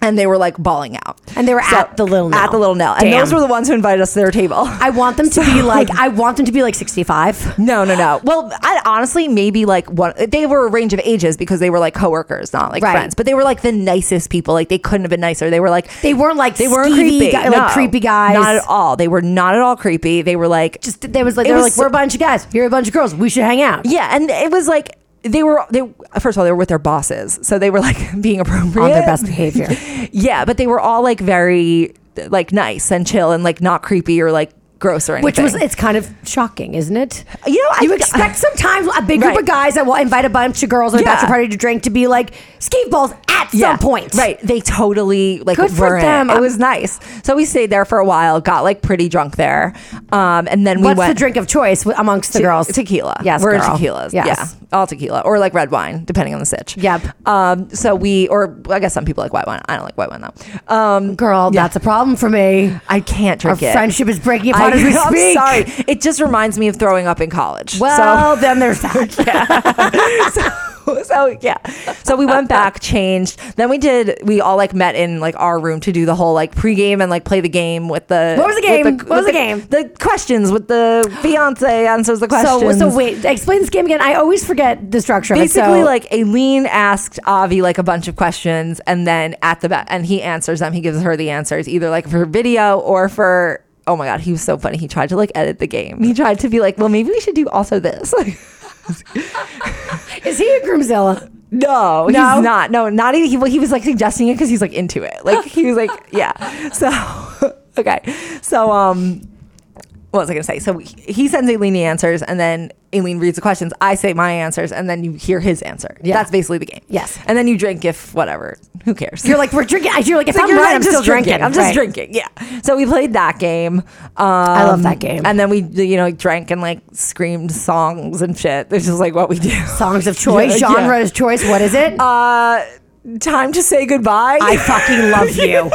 [SPEAKER 3] And they were like bawling out.
[SPEAKER 2] And they were at the Little
[SPEAKER 3] At
[SPEAKER 2] Nell.
[SPEAKER 3] the little Nell. And
[SPEAKER 2] Damn.
[SPEAKER 3] those were the ones who invited us to their table.
[SPEAKER 2] I want them to be like. I want them to be like sixty-five.
[SPEAKER 3] no, no, no. Well, I honestly maybe like one they were a range of ages because they were like coworkers, not like
[SPEAKER 2] Right.
[SPEAKER 3] friends. But they were like the nicest people. Like they couldn't have been nicer. They were like
[SPEAKER 2] They weren't like
[SPEAKER 3] they weren't
[SPEAKER 2] skeevy
[SPEAKER 3] creepy,
[SPEAKER 2] guy-
[SPEAKER 3] No.
[SPEAKER 2] like creepy guys.
[SPEAKER 3] Not at all. They were not at all creepy. They were like
[SPEAKER 2] Just they was like
[SPEAKER 3] It
[SPEAKER 2] they were like
[SPEAKER 3] was
[SPEAKER 2] we're a bunch of guys. You're a bunch of girls. We should hang out.
[SPEAKER 3] yeah, and it was like they were they first of all they were with their bosses, so they were like being appropriate
[SPEAKER 2] On their best behavior.
[SPEAKER 3] Yeah, but they were all like very like nice and chill and like not creepy or like gross or anything.
[SPEAKER 2] Which was it's kind of shocking, isn't it?
[SPEAKER 3] You know, I
[SPEAKER 2] you
[SPEAKER 3] think-
[SPEAKER 2] expect sometimes a big group
[SPEAKER 3] Right.
[SPEAKER 2] of guys that will invite a bunch of girls at a
[SPEAKER 3] Yeah.
[SPEAKER 2] bachelor party to drink to be like skee balls at
[SPEAKER 3] Yeah,
[SPEAKER 2] some point,
[SPEAKER 3] Right. They totally like
[SPEAKER 2] Good for
[SPEAKER 3] were in it.
[SPEAKER 2] them.
[SPEAKER 3] It. was nice. So we stayed there for a while, got like pretty drunk there. Um and then we
[SPEAKER 2] What's
[SPEAKER 3] went
[SPEAKER 2] the drink of choice wi- amongst the
[SPEAKER 3] Te-
[SPEAKER 2] girls?
[SPEAKER 3] Tequila.
[SPEAKER 2] Yes,
[SPEAKER 3] We're
[SPEAKER 2] girl.
[SPEAKER 3] tequilas.
[SPEAKER 2] Yes.
[SPEAKER 3] Yeah. All tequila. Or like red wine, depending on the sitch.
[SPEAKER 2] Yep.
[SPEAKER 3] Um, so we or I guess some people like white wine. I don't like white wine though. Um
[SPEAKER 2] Girl, that's a problem for me.
[SPEAKER 3] I can't
[SPEAKER 2] Our
[SPEAKER 3] drink it.
[SPEAKER 2] friendship is breaking
[SPEAKER 3] I,
[SPEAKER 2] apart as we
[SPEAKER 3] am
[SPEAKER 2] speak.
[SPEAKER 3] sorry. It just reminds me of throwing up in college.
[SPEAKER 2] Well, then there's that.
[SPEAKER 3] so, so yeah. So we went back, changed. Then we did. We all like met in like our room to do the whole like pregame and like play the game with the
[SPEAKER 2] What was the
[SPEAKER 3] with
[SPEAKER 2] game? What was
[SPEAKER 3] with
[SPEAKER 2] the game?
[SPEAKER 3] The questions with the fiance answers
[SPEAKER 2] So,
[SPEAKER 3] the questions.
[SPEAKER 2] so wait, explain this game again. I always forget the structure. of it, so-
[SPEAKER 3] basically like Aileen asked Avi like a bunch of questions and then at the back and he answers them he gives her the answers either like for video or for oh my god he was so funny he tried to like edit the game he tried to be like well maybe we should do also this like
[SPEAKER 2] is he a groomzilla?
[SPEAKER 3] no,
[SPEAKER 2] No?
[SPEAKER 3] he's not no not even he, well, he was like suggesting it because he's like into it like he was like yeah so okay so um what was I going to say? So he- he sends Aileen the answers, and then Aileen reads the questions. I say my answers, and then you hear his answer.
[SPEAKER 2] Yeah.
[SPEAKER 3] That's basically the game.
[SPEAKER 2] Yes.
[SPEAKER 3] And then you drink if whatever. Who cares?
[SPEAKER 2] You're like we're drinking. You're like if
[SPEAKER 3] So
[SPEAKER 2] I'm
[SPEAKER 3] you're
[SPEAKER 2] right,
[SPEAKER 3] like
[SPEAKER 2] I'm
[SPEAKER 3] just
[SPEAKER 2] still drinking.
[SPEAKER 3] I'm just
[SPEAKER 2] Right.
[SPEAKER 3] drinking. Yeah. So we played that game. Um,
[SPEAKER 2] I love that game.
[SPEAKER 3] And then we, you know, drank and like screamed songs and shit. This is like what we do.
[SPEAKER 2] Songs of choice,
[SPEAKER 3] Yeah, yeah.
[SPEAKER 2] genre of choice. What is it?
[SPEAKER 3] Uh, time to say goodbye.
[SPEAKER 2] I fucking love you.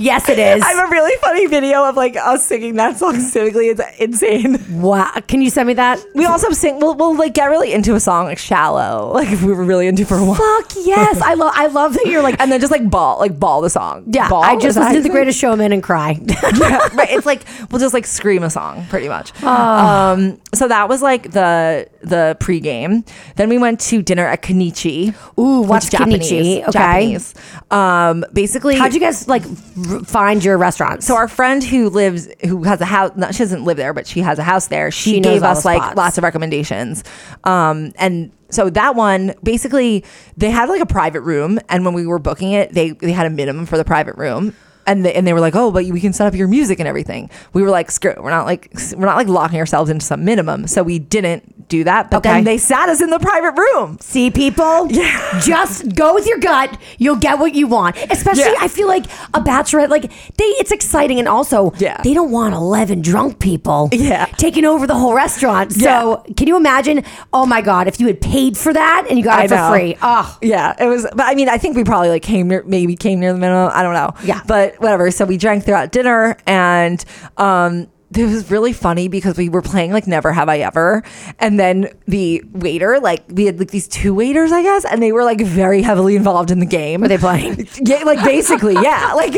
[SPEAKER 2] yes, it is.
[SPEAKER 3] I have a really funny video of like us singing that song specifically. It's insane.
[SPEAKER 2] wow. Can you send me that?
[SPEAKER 3] We also sing. We'll, we'll like get really into a song like "Shallow," like if we were really into for a while,
[SPEAKER 2] Fuck yes. I love I love that you're like
[SPEAKER 3] and then just like ball, like ball the song.
[SPEAKER 2] yeah,
[SPEAKER 3] ball,
[SPEAKER 2] I just
[SPEAKER 3] is that
[SPEAKER 2] listened to
[SPEAKER 3] how
[SPEAKER 2] The
[SPEAKER 3] you say it?
[SPEAKER 2] Greatest Showman and cry.
[SPEAKER 3] yeah, Ah. right. It's like we'll just like scream a song, pretty much. Um, so that was like the the pregame. Then we went to dinner at Kanichi.
[SPEAKER 2] Ooh,
[SPEAKER 3] which
[SPEAKER 2] what's
[SPEAKER 3] is Japanese.
[SPEAKER 2] Kanichi? Okay.
[SPEAKER 3] Japanese. Um, basically,
[SPEAKER 2] How'd you guys like r- find your restaurants?
[SPEAKER 3] so our friend who lives, who has a house, not, she doesn't live there, but she has a house there. She,
[SPEAKER 2] She knows
[SPEAKER 3] gave
[SPEAKER 2] all
[SPEAKER 3] us
[SPEAKER 2] the
[SPEAKER 3] like
[SPEAKER 2] spots.
[SPEAKER 3] lots of recommendations. Um, and so that one, basically, they had like a private room, and when we were booking it, they they had a minimum for the private room. And they, and they were like, oh, but we can set up your music and everything. We were like, screw, it. we're not like we're not like locking ourselves into some minimum, so we didn't do that. But
[SPEAKER 2] Okay.
[SPEAKER 3] then they sat us in the private room.
[SPEAKER 2] See people,
[SPEAKER 3] Yeah.
[SPEAKER 2] just go with your gut. You'll get what you want. Especially,
[SPEAKER 3] Yeah.
[SPEAKER 2] I feel like a bachelorette, like they, it's exciting, and also,
[SPEAKER 3] Yeah.
[SPEAKER 2] they don't want eleven drunk people,
[SPEAKER 3] Yeah.
[SPEAKER 2] taking over the whole restaurant. So, can you imagine? Oh my god, if you had paid for that and you got it for
[SPEAKER 3] know.
[SPEAKER 2] free, oh,
[SPEAKER 3] Yeah, it was. But I mean, I think we probably like came near, maybe came near the minimum. I don't know.
[SPEAKER 2] Yeah.
[SPEAKER 3] But whatever. So we drank throughout dinner, and um, it was really funny because we were playing like Never Have I Ever, and then the waiter, like we had like these two waiters, I guess, and they were like very heavily involved in the game.
[SPEAKER 2] were they playing?
[SPEAKER 3] Yeah, like basically, yeah, like.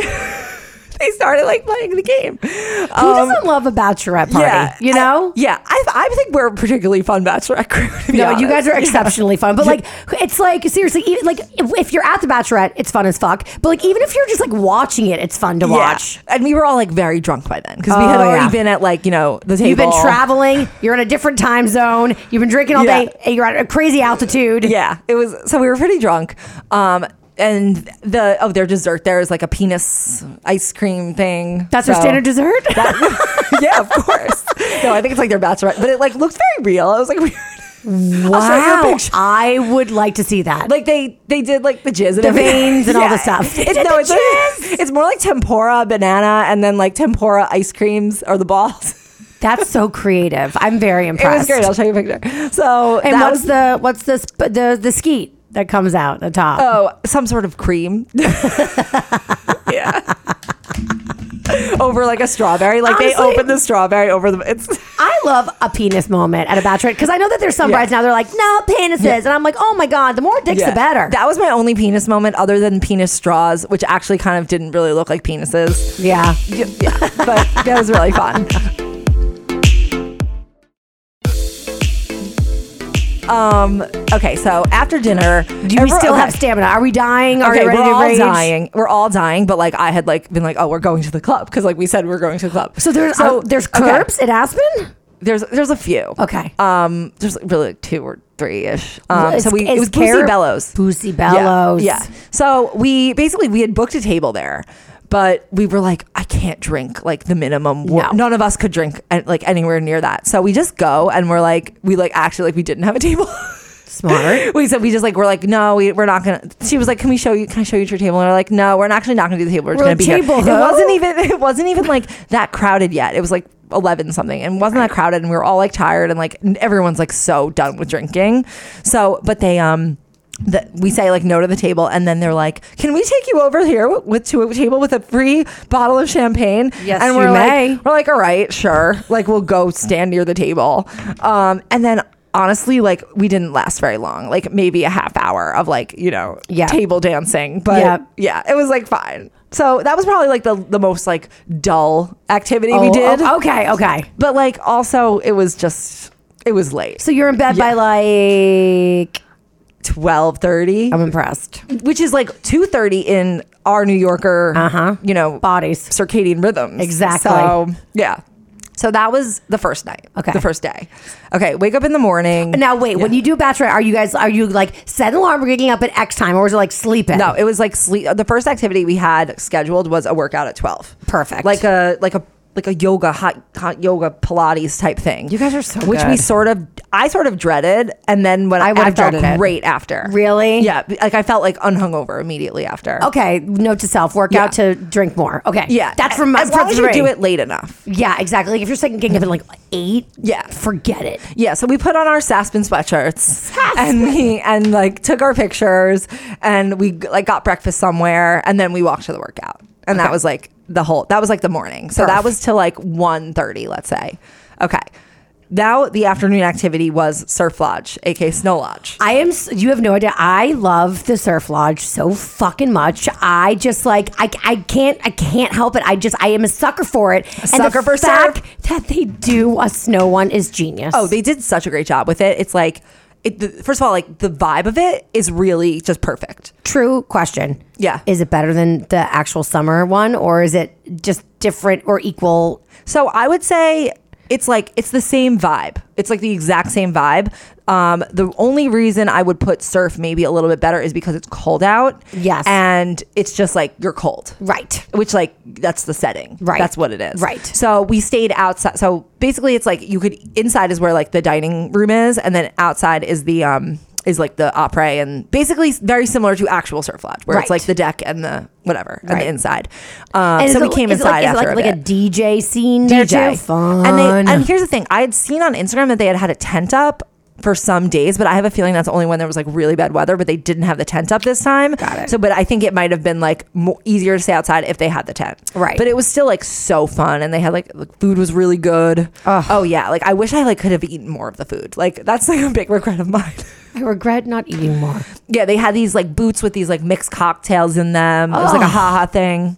[SPEAKER 3] They started like playing the game.
[SPEAKER 2] Who doesn't love a bachelorette party? you know.
[SPEAKER 3] Um, I, yeah, I, I think we're a particularly fun bachelorette crew. to be
[SPEAKER 2] no, you guys
[SPEAKER 3] honest.
[SPEAKER 2] are exceptionally fun, but like it's like seriously, even like if, if you're at the Bachelorette, it's fun as fuck. But like even if you're just like watching it, it's fun to watch.
[SPEAKER 3] Yeah. And we were all like very drunk by then because we had
[SPEAKER 2] Oh,
[SPEAKER 3] already
[SPEAKER 2] yeah.
[SPEAKER 3] been at like, you know, the table.
[SPEAKER 2] You've been traveling. You're in a different time zone. You've been drinking all
[SPEAKER 3] Yeah.
[SPEAKER 2] day. and You're at a crazy altitude.
[SPEAKER 3] Yeah. It was, so we were pretty drunk. Um, and the, oh, their dessert there is like a penis ice cream thing.
[SPEAKER 2] That's their
[SPEAKER 3] So-
[SPEAKER 2] standard dessert.
[SPEAKER 3] yeah, of course. No, I think it's like their bachelorette, but it like looked very real. I was like, weird. I'll show you a picture.
[SPEAKER 2] I would like to see that.
[SPEAKER 3] Like they they did like the jizz and
[SPEAKER 2] The
[SPEAKER 3] everything.
[SPEAKER 2] veins and all the stuff. They
[SPEAKER 3] It's,
[SPEAKER 2] did
[SPEAKER 3] no,
[SPEAKER 2] the
[SPEAKER 3] it's, it's more like tempura banana and then like tempura ice creams or the balls.
[SPEAKER 2] That's so creative. I'm very
[SPEAKER 3] It was
[SPEAKER 2] impressed.
[SPEAKER 3] great. I'll show you a picture. So
[SPEAKER 2] and
[SPEAKER 3] that
[SPEAKER 2] what's
[SPEAKER 3] was
[SPEAKER 2] the what's the sp- the the skeet that comes out the top?
[SPEAKER 3] Oh, some sort of cream. yeah. over like a strawberry. Like they
[SPEAKER 2] Honestly-
[SPEAKER 3] open the strawberry over the it's
[SPEAKER 2] I love a penis moment at a bachelorette because I know that there's some
[SPEAKER 3] Yeah.
[SPEAKER 2] brides now they're like no penises and I'm like oh my god the more dicks the better.
[SPEAKER 3] That was my only penis moment other than penis straws, which actually kind of didn't really look like penises.
[SPEAKER 2] yeah.
[SPEAKER 3] Yeah. But that was really fun. Um, okay, so after dinner,
[SPEAKER 2] Do we still have stamina? Are we dying? Are
[SPEAKER 3] okay,
[SPEAKER 2] we ready
[SPEAKER 3] we're
[SPEAKER 2] to
[SPEAKER 3] all
[SPEAKER 2] rage?
[SPEAKER 3] dying. We're all dying, but like I had like been like, oh, we're going to the club because like we said we are going to the club.
[SPEAKER 2] So there's uh, there's
[SPEAKER 3] okay.
[SPEAKER 2] curbs at Aspen.
[SPEAKER 3] There's there's a few.
[SPEAKER 2] Okay.
[SPEAKER 3] Um, there's really like two or three ish. Um,
[SPEAKER 2] Is-
[SPEAKER 3] so we
[SPEAKER 2] is
[SPEAKER 3] it was
[SPEAKER 2] Care-
[SPEAKER 3] Boozy Bellows.
[SPEAKER 2] Boozy
[SPEAKER 3] Yeah,
[SPEAKER 2] Bellows.
[SPEAKER 3] Yeah, So we basically we had booked a table there, but we were like, I can't drink like the minimum. wa-
[SPEAKER 2] No.
[SPEAKER 3] None of us could drink at, like anywhere near that. So we just go and we're like, we like actually like we didn't have a table.
[SPEAKER 2] Smart.
[SPEAKER 3] we said we just like we're like no we, we're not gonna she was like can we show you can i show you to your table and we're like no we're actually not gonna do the table we're, just
[SPEAKER 2] We're
[SPEAKER 3] gonna be
[SPEAKER 2] table
[SPEAKER 3] here
[SPEAKER 2] ho.
[SPEAKER 3] it wasn't even it wasn't even like that crowded yet it was like 11 something and wasn't that crowded and we were all like tired and like n- everyone's like so done with drinking so but they um that we say like no to the table and then they're like can we take you over here w- with to a table with a free bottle of champagne
[SPEAKER 2] Yes,
[SPEAKER 3] and
[SPEAKER 2] you
[SPEAKER 3] we're like
[SPEAKER 2] may.
[SPEAKER 3] we're like all right sure like we'll go stand near the table um and then honestly like we didn't last very long like maybe a half hour of like you know
[SPEAKER 2] Yeah.
[SPEAKER 3] table dancing but
[SPEAKER 2] Yeah.
[SPEAKER 3] yeah it was like fine so that was probably like the the most like dull activity we
[SPEAKER 2] Oh,
[SPEAKER 3] did
[SPEAKER 2] oh, okay. Okay.
[SPEAKER 3] but like also it was just it was late
[SPEAKER 2] So you're in bed by like.
[SPEAKER 3] 12:30
[SPEAKER 2] I'm impressed.
[SPEAKER 3] which is like 2:30 in our New Yorker
[SPEAKER 2] Uh-huh.
[SPEAKER 3] you know
[SPEAKER 2] Bodies.
[SPEAKER 3] circadian rhythms.
[SPEAKER 2] Exactly.
[SPEAKER 3] So, yeah. So that was the first night.
[SPEAKER 2] Okay.
[SPEAKER 3] The first day. Okay. Wake up in the morning.
[SPEAKER 2] Now wait, when you do bachelorette, are you guys are you like set an alarm, we're getting up at X time, or is it like sleeping?
[SPEAKER 3] No, it was like sleep. The first activity we had scheduled was a workout at twelve.
[SPEAKER 2] Perfect.
[SPEAKER 3] Like a like a like a yoga hot hot yoga Pilates type thing.
[SPEAKER 2] You guys are so
[SPEAKER 3] which we
[SPEAKER 2] good.
[SPEAKER 3] sort of I sort of dreaded, and then when
[SPEAKER 2] I
[SPEAKER 3] I,
[SPEAKER 2] would've
[SPEAKER 3] I felt
[SPEAKER 2] dreaded it.
[SPEAKER 3] great after.
[SPEAKER 2] Really? Oh,
[SPEAKER 3] Yeah. Like I felt like unhungover immediately after.
[SPEAKER 2] Okay. Note to self: work out
[SPEAKER 3] Yeah.
[SPEAKER 2] to drink more. Okay.
[SPEAKER 3] Yeah.
[SPEAKER 2] That's from my
[SPEAKER 3] as long
[SPEAKER 2] for
[SPEAKER 3] as you
[SPEAKER 2] three.
[SPEAKER 3] do it late enough.
[SPEAKER 2] Yeah, exactly. Like if you're second getting up at like eight,
[SPEAKER 3] Yeah.
[SPEAKER 2] forget it.
[SPEAKER 3] Yeah, so we put on our Saspin sweatshirts and we and like took our pictures and we like got breakfast somewhere and then we walked to the workout. And that was like the whole that was like the morning. So
[SPEAKER 2] Perf.
[SPEAKER 3] that was to like 1:30, let's say. Okay. Now the afternoon activity was surf lodge, aka snow lodge.
[SPEAKER 2] I am. s- You have no idea. I love the surf lodge so fucking much. I just like. I. I can't. I can't help it. I just. I am a sucker for it. A
[SPEAKER 3] sucker for surf.
[SPEAKER 2] fact that they do a snow one is genius.
[SPEAKER 3] Oh, they did such a great job with it. It's like, it, the, first of all, like the vibe of it is really just perfect.
[SPEAKER 2] true question.
[SPEAKER 3] Yeah.
[SPEAKER 2] Is it better than the actual summer one, or is it just different or equal?
[SPEAKER 3] So I would say it's like it's the same vibe. It's like the exact same vibe. Um, the only reason I would put surf maybe a little bit better is because it's cold out.
[SPEAKER 2] Yes.
[SPEAKER 3] and it's just like you're cold.
[SPEAKER 2] Right.
[SPEAKER 3] Which like that's the setting.
[SPEAKER 2] Right.
[SPEAKER 3] That's what it is.
[SPEAKER 2] Right.
[SPEAKER 3] So we stayed outside. So basically, it's like you could inside is where like the dining room is, and then outside is the um is like the opera and basically very similar to actual surf lodge where
[SPEAKER 2] Right.
[SPEAKER 3] it's like the deck and the whatever and
[SPEAKER 2] Right.
[SPEAKER 3] the inside. Um,
[SPEAKER 2] And
[SPEAKER 3] so
[SPEAKER 2] is
[SPEAKER 3] we
[SPEAKER 2] it-
[SPEAKER 3] came
[SPEAKER 2] is it
[SPEAKER 3] inside
[SPEAKER 2] like,
[SPEAKER 3] after
[SPEAKER 2] is it
[SPEAKER 3] a
[SPEAKER 2] like,
[SPEAKER 3] bit.
[SPEAKER 2] like a DJ scene. there
[SPEAKER 3] DJ.
[SPEAKER 2] too? Fun.
[SPEAKER 3] And they and here's the thing: I had seen on Instagram that they had had a tent up for some days, but I have a feeling that's only when there was like really bad weather. But they didn't have the tent up this time. Got
[SPEAKER 2] it.
[SPEAKER 3] So, but I think it might have been like mo- easier to stay outside if they had the tent.
[SPEAKER 2] Right.
[SPEAKER 3] But it was still like so fun, and they had like, like, food was really good. Oh yeah, like I wish I like could have eaten more of the food. Like that's like a big regret of mine.
[SPEAKER 2] I regret not eating more.
[SPEAKER 3] yeah, they had these like boots with these like mixed cocktails in them. It was like a haha thing.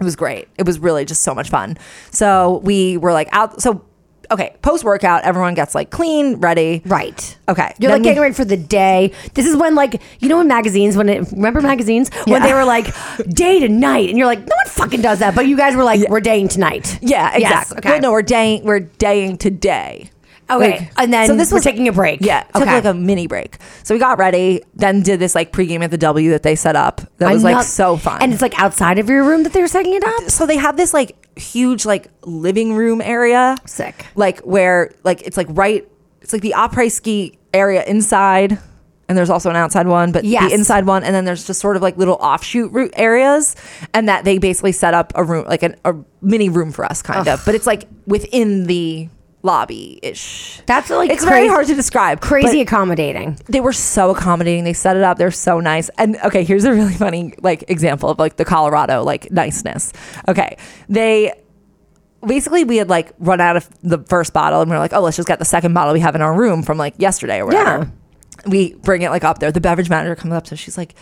[SPEAKER 3] It was great. It was really just so much fun. So we were like out. So okay, post workout, everyone gets like clean, ready.
[SPEAKER 2] Right.
[SPEAKER 3] Okay.
[SPEAKER 2] You're
[SPEAKER 3] Then
[SPEAKER 2] like
[SPEAKER 3] we-
[SPEAKER 2] getting ready for the day. This is when like you know in magazines when it remember magazines when
[SPEAKER 3] Yeah.
[SPEAKER 2] they were like day to night and you're like no one fucking does that but you guys were like we're dating tonight.
[SPEAKER 3] Yeah,
[SPEAKER 2] Yes,
[SPEAKER 3] exactly.
[SPEAKER 2] okay.
[SPEAKER 3] Well, no, we're daying. We're daying today.
[SPEAKER 2] Okay, and then
[SPEAKER 3] so this
[SPEAKER 2] we're
[SPEAKER 3] was
[SPEAKER 2] taking a break.
[SPEAKER 3] Yeah, took
[SPEAKER 2] Okay.
[SPEAKER 3] like a mini break. So we got ready, then did this like pregame at the W that they set up. That was
[SPEAKER 2] I'm
[SPEAKER 3] like
[SPEAKER 2] not-
[SPEAKER 3] so fun.
[SPEAKER 2] And it's like outside of your room that they're setting it up.
[SPEAKER 3] so they have this like huge like living room area.
[SPEAKER 2] Sick.
[SPEAKER 3] Like where like it's like right it's like the après ski area inside and there's also an outside one, but
[SPEAKER 2] Yes.
[SPEAKER 3] the inside one and then there's just sort of like little offshoot route areas and that they basically set up a room like an, a mini room for us kind of, but it's like within the lobby ish.
[SPEAKER 2] That's like
[SPEAKER 3] It's
[SPEAKER 2] crazy-
[SPEAKER 3] very hard to describe. but-
[SPEAKER 2] Crazy accommodating.
[SPEAKER 3] they were so accommodating. They set it up. They're so nice. And okay, here's a really funny like example of like the Colorado like niceness. Okay, they basically we had like run out of the first bottle and we were like, oh, let's just get the second bottle we have in our room from like yesterday or whatever. We bring it like up there. The beverage manager comes up to us. She's like.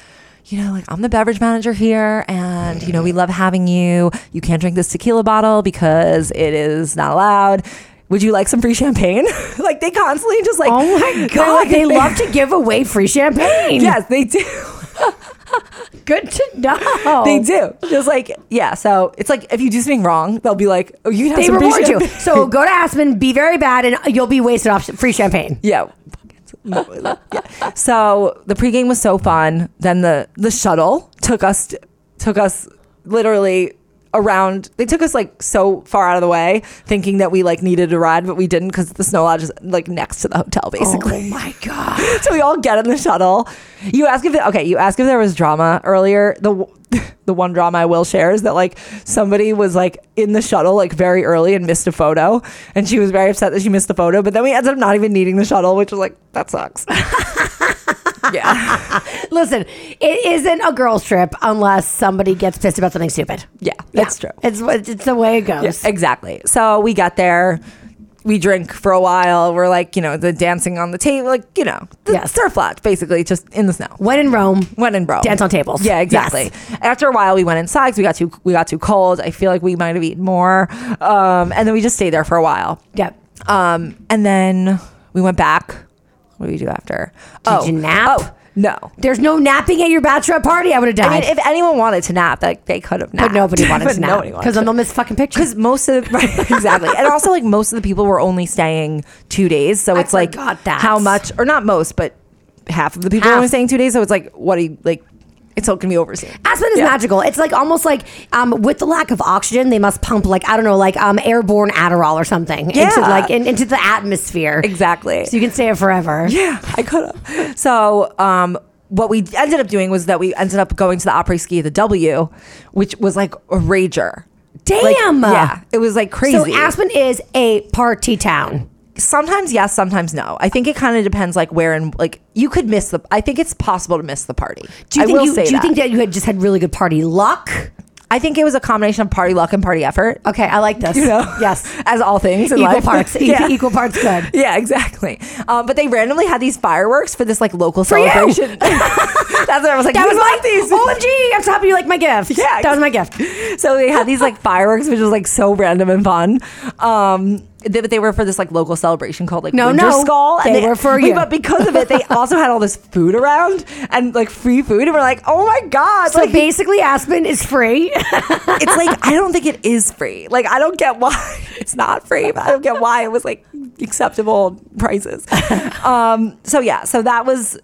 [SPEAKER 3] You know, like I'm the beverage manager here, and you know, we love having you. You can't drink this tequila bottle because it is not allowed. Would you like some free champagne? like, they constantly just like,
[SPEAKER 2] Oh my
[SPEAKER 3] they're
[SPEAKER 2] god,
[SPEAKER 3] like-
[SPEAKER 2] they love to give away free champagne.
[SPEAKER 3] Yes, they do.
[SPEAKER 2] good to know.
[SPEAKER 3] They do. Just like yeah. So it's like if you do something wrong, they'll be like, "Oh, you can have
[SPEAKER 2] They
[SPEAKER 3] some free
[SPEAKER 2] reward you.
[SPEAKER 3] champagne.
[SPEAKER 2] So go to Aspen, be very bad, and you'll be wasted off free champagne.
[SPEAKER 3] Yeah. yeah. So the pregame was so fun. Then the the shuttle took us took us literally around. They took us like so far out of the way, thinking that we like needed a ride, but we didn't because the snow lodge is like next to the hotel, basically.
[SPEAKER 2] Oh my god.
[SPEAKER 3] so we all get in the shuttle. You ask if okay, you ask if there was drama earlier. The w- the one drama I will share is that like somebody was like in the shuttle like very early and missed a photo, and she was very upset that she missed the photo. But then we ended up not even needing the shuttle, which was like that sucks. yeah,
[SPEAKER 2] Listen, it isn't a girls' trip unless somebody gets pissed about something stupid.
[SPEAKER 3] yeah, that's true.
[SPEAKER 2] It's it's the way it goes.
[SPEAKER 3] Exactly. So we got there. We drink for a while. We're like, you know, the dancing on the table, like, you know, the
[SPEAKER 2] Yes.
[SPEAKER 3] surf lodge, basically, just in the snow.
[SPEAKER 2] When in Rome,
[SPEAKER 3] When in Rome.
[SPEAKER 2] Dance on tables.
[SPEAKER 3] Yeah, exactly. After a while, we went inside because we got too we got too cold. I feel like we might have eaten more, um, and then we just stayed there for a while.
[SPEAKER 2] Yep.
[SPEAKER 3] Um, and then we went back. What do we do after? Did
[SPEAKER 2] you nap?
[SPEAKER 3] Oh, no.
[SPEAKER 2] There's no napping at your bachelorette party. I would have
[SPEAKER 3] I mean,
[SPEAKER 2] died.
[SPEAKER 3] if anyone wanted to nap, like they could have napped.
[SPEAKER 2] but nobody wanted
[SPEAKER 3] But
[SPEAKER 2] to nap
[SPEAKER 3] nobody wanted
[SPEAKER 2] because
[SPEAKER 3] to.
[SPEAKER 2] then they'll miss fucking pictures.
[SPEAKER 3] Because most of the, right, exactly, and also like most of the people were only staying two days, so
[SPEAKER 2] I
[SPEAKER 3] it's like
[SPEAKER 2] forgot that.
[SPEAKER 3] how much, or not most, but half of the people were
[SPEAKER 2] Half.
[SPEAKER 3] only staying two days. So it's like, what are you like? It's all gonna be over soon.
[SPEAKER 2] Aspen is
[SPEAKER 3] Yeah.
[SPEAKER 2] magical. It's like almost like um, with the lack of oxygen, they must pump like I don't know, like um, airborne Adderall or something
[SPEAKER 3] Yeah.
[SPEAKER 2] into like in, into the atmosphere.
[SPEAKER 3] Exactly.
[SPEAKER 2] So you can stay it forever.
[SPEAKER 3] Yeah, I could have. So, um, what we ended up doing was that we ended up going to the opera ski at the W, which was like a rager. Like,
[SPEAKER 2] Damn.
[SPEAKER 3] yeah, it was like crazy.
[SPEAKER 2] So Aspen is a party town.
[SPEAKER 3] sometimes yes, sometimes no. I think it kind of depends, like where and like you could miss the. I think it's possible to miss the party.
[SPEAKER 2] Do you
[SPEAKER 3] I
[SPEAKER 2] think
[SPEAKER 3] will
[SPEAKER 2] you
[SPEAKER 3] say
[SPEAKER 2] do you think that you had just had really good party luck?
[SPEAKER 3] I think it was a combination of party luck and party effort.
[SPEAKER 2] Okay, I like this.
[SPEAKER 3] You know,
[SPEAKER 2] Yes.
[SPEAKER 3] as all things in
[SPEAKER 2] Equal
[SPEAKER 3] life.
[SPEAKER 2] parts. E-
[SPEAKER 3] yeah.
[SPEAKER 2] Equal parts good.
[SPEAKER 3] Yeah, exactly. Um, but they randomly had these fireworks for this like local
[SPEAKER 2] you!
[SPEAKER 3] celebration. That's what I was like.
[SPEAKER 2] That
[SPEAKER 3] "You
[SPEAKER 2] was
[SPEAKER 3] love these.
[SPEAKER 2] my OMG, I'm stopping you like my gift.
[SPEAKER 3] Yeah.
[SPEAKER 2] That was my gift.
[SPEAKER 3] so they had these like fireworks, which was like so random and fun. Um, they, but they were for this like local celebration called like
[SPEAKER 2] No,
[SPEAKER 3] Winter
[SPEAKER 2] no.
[SPEAKER 3] Skull.
[SPEAKER 2] They were for
[SPEAKER 3] wait,
[SPEAKER 2] you.
[SPEAKER 3] But because of it, they also had all this food around and like free food, and we're like, oh my god!
[SPEAKER 2] So
[SPEAKER 3] like,
[SPEAKER 2] basically, Aspen is free.
[SPEAKER 3] it's like I don't think it is free. Like I don't get why it's not free, but I don't get why it was like acceptable prices. Um, so yeah, so that was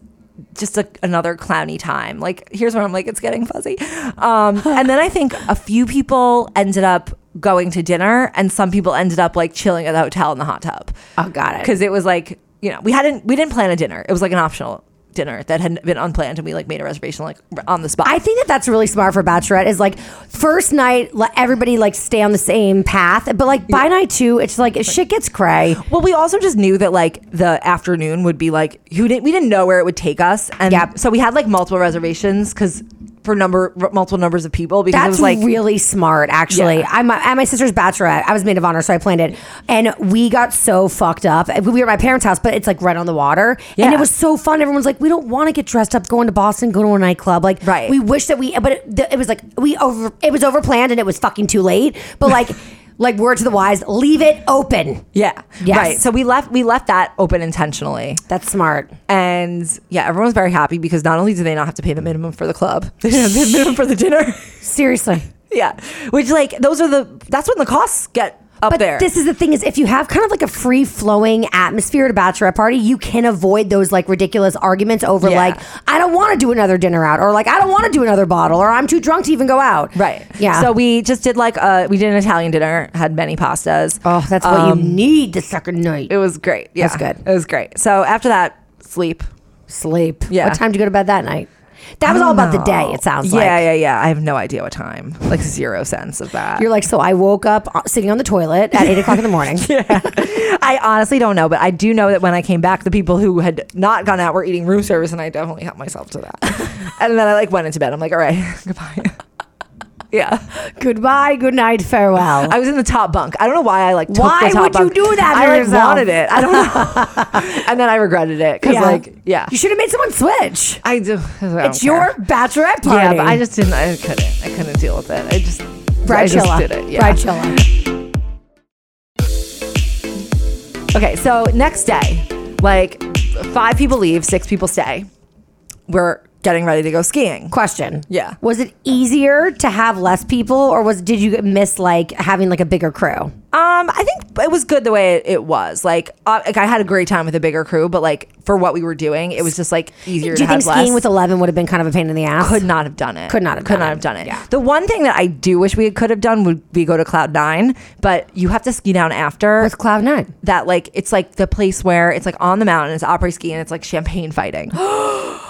[SPEAKER 3] just a, another clowny time. Like here's where I'm like it's getting fuzzy. Um, and then I think a few people ended up going to dinner, and some people ended up like chilling at the hotel in the hot tub
[SPEAKER 2] Oh, got it.
[SPEAKER 3] because it was like you know we hadn't we didn't plan a dinner. It was like an optional dinner that had been unplanned, and we like made a reservation like on the spot.
[SPEAKER 2] I think that that's really smart for Bachelorette is like first night, let everybody like stay on the same path. But like by night two, it's like if shit gets cray.
[SPEAKER 3] Well, we also just knew that like the afternoon would be like who didn't we didn't know where it would take us, and
[SPEAKER 2] Yep.
[SPEAKER 3] so we had like multiple reservations because for number r- multiple numbers of people because it
[SPEAKER 2] That's
[SPEAKER 3] was like
[SPEAKER 2] really smart, actually.
[SPEAKER 3] Yeah.
[SPEAKER 2] I'm at my sister's bachelorette. I was maid of honor, so I planned it, and we got so fucked up. We were at my parents' house, but it's like right on the water, and
[SPEAKER 3] Yeah.
[SPEAKER 2] it was so fun. Everyone's like, "We don't want to get dressed up, going to Boston, go to a nightclub." Like,
[SPEAKER 3] Right.
[SPEAKER 2] We wish that we, but it, it was like we over. It was over planned, and it was fucking too late. But like, like word to the wise, leave it open.
[SPEAKER 3] yeah
[SPEAKER 2] Yes.
[SPEAKER 3] right. So we left we left that open intentionally,
[SPEAKER 2] That's smart.
[SPEAKER 3] and yeah, everyone was very happy because not only did they not have to pay the minimum for the club, they didn't have to pay the minimum for the dinner.
[SPEAKER 2] Seriously.
[SPEAKER 3] yeah, which like those are the that's when the costs get up
[SPEAKER 2] but
[SPEAKER 3] there.
[SPEAKER 2] this is the thing is if you have kind of like a free flowing atmosphere at a bachelorette party, you can avoid those like ridiculous arguments over
[SPEAKER 3] Yeah.
[SPEAKER 2] like I don't want to do another dinner out or like I don't want to do another bottle or I'm too drunk to even go out.
[SPEAKER 3] Right.
[SPEAKER 2] Yeah.
[SPEAKER 3] So we just did like a we did an Italian dinner, had many pastas. Um,
[SPEAKER 2] oh, that's what you need the second night.
[SPEAKER 3] It was great. Yeah.
[SPEAKER 2] That's good.
[SPEAKER 3] It was great. So after that, sleep.
[SPEAKER 2] Sleep.
[SPEAKER 3] Yeah.
[SPEAKER 2] What time did you go to bed that night? That was all about the day. It sounds
[SPEAKER 3] yeah,
[SPEAKER 2] like.
[SPEAKER 3] Yeah, yeah, I have no idea what time. Like zero sense of that.
[SPEAKER 2] You're like, so I woke up uh, sitting on the toilet at eight o'clock in the morning.
[SPEAKER 3] I honestly don't know, but I do know that when I came back, the people who had not gone out were eating room service, and I definitely helped myself to that. and then I like went into bed. I'm like, all right, goodbye. yeah,
[SPEAKER 2] Goodbye, good night, farewell.
[SPEAKER 3] I was in the top bunk. I don't know why I like. Took
[SPEAKER 2] Why
[SPEAKER 3] the top
[SPEAKER 2] would you
[SPEAKER 3] bunk.
[SPEAKER 2] do that to
[SPEAKER 3] I like,
[SPEAKER 2] yourself?
[SPEAKER 3] wanted it. I don't know. and then I regretted it because like yeah,
[SPEAKER 2] You should have made someone switch.
[SPEAKER 3] I do. I
[SPEAKER 2] It's
[SPEAKER 3] don't care.
[SPEAKER 2] your bachelorette party.
[SPEAKER 3] Yeah, but I just didn't. I couldn't. I couldn't deal with it. I just. I
[SPEAKER 2] Bridezilla.
[SPEAKER 3] just did it. Yeah.
[SPEAKER 2] Bridezilla.
[SPEAKER 3] Okay, so next day, like five people leave, six people stay. We're getting ready to go skiing.
[SPEAKER 2] Question.
[SPEAKER 3] Yeah.
[SPEAKER 2] Was it easier to have less people, or was did you miss like having like a bigger crew?
[SPEAKER 3] Um, I think it was good the way it, it was. Like, uh, like I had a great time with a bigger crew, but like for what we were doing, it was just like easier
[SPEAKER 2] Do
[SPEAKER 3] to
[SPEAKER 2] you think
[SPEAKER 3] have
[SPEAKER 2] skiing
[SPEAKER 3] less.
[SPEAKER 2] with eleven would have been kind of a pain in the ass?
[SPEAKER 3] could not have done it.
[SPEAKER 2] Could not have
[SPEAKER 3] Could
[SPEAKER 2] done
[SPEAKER 3] not
[SPEAKER 2] it.
[SPEAKER 3] have done it.
[SPEAKER 2] Yeah.
[SPEAKER 3] The one thing that I do wish we could have done would be go to Cloud Nine, but you have to ski down after.
[SPEAKER 2] What's cloud nine?
[SPEAKER 3] that like it's like the place where it's like on the mountain, it's opera ski and it's like champagne fighting.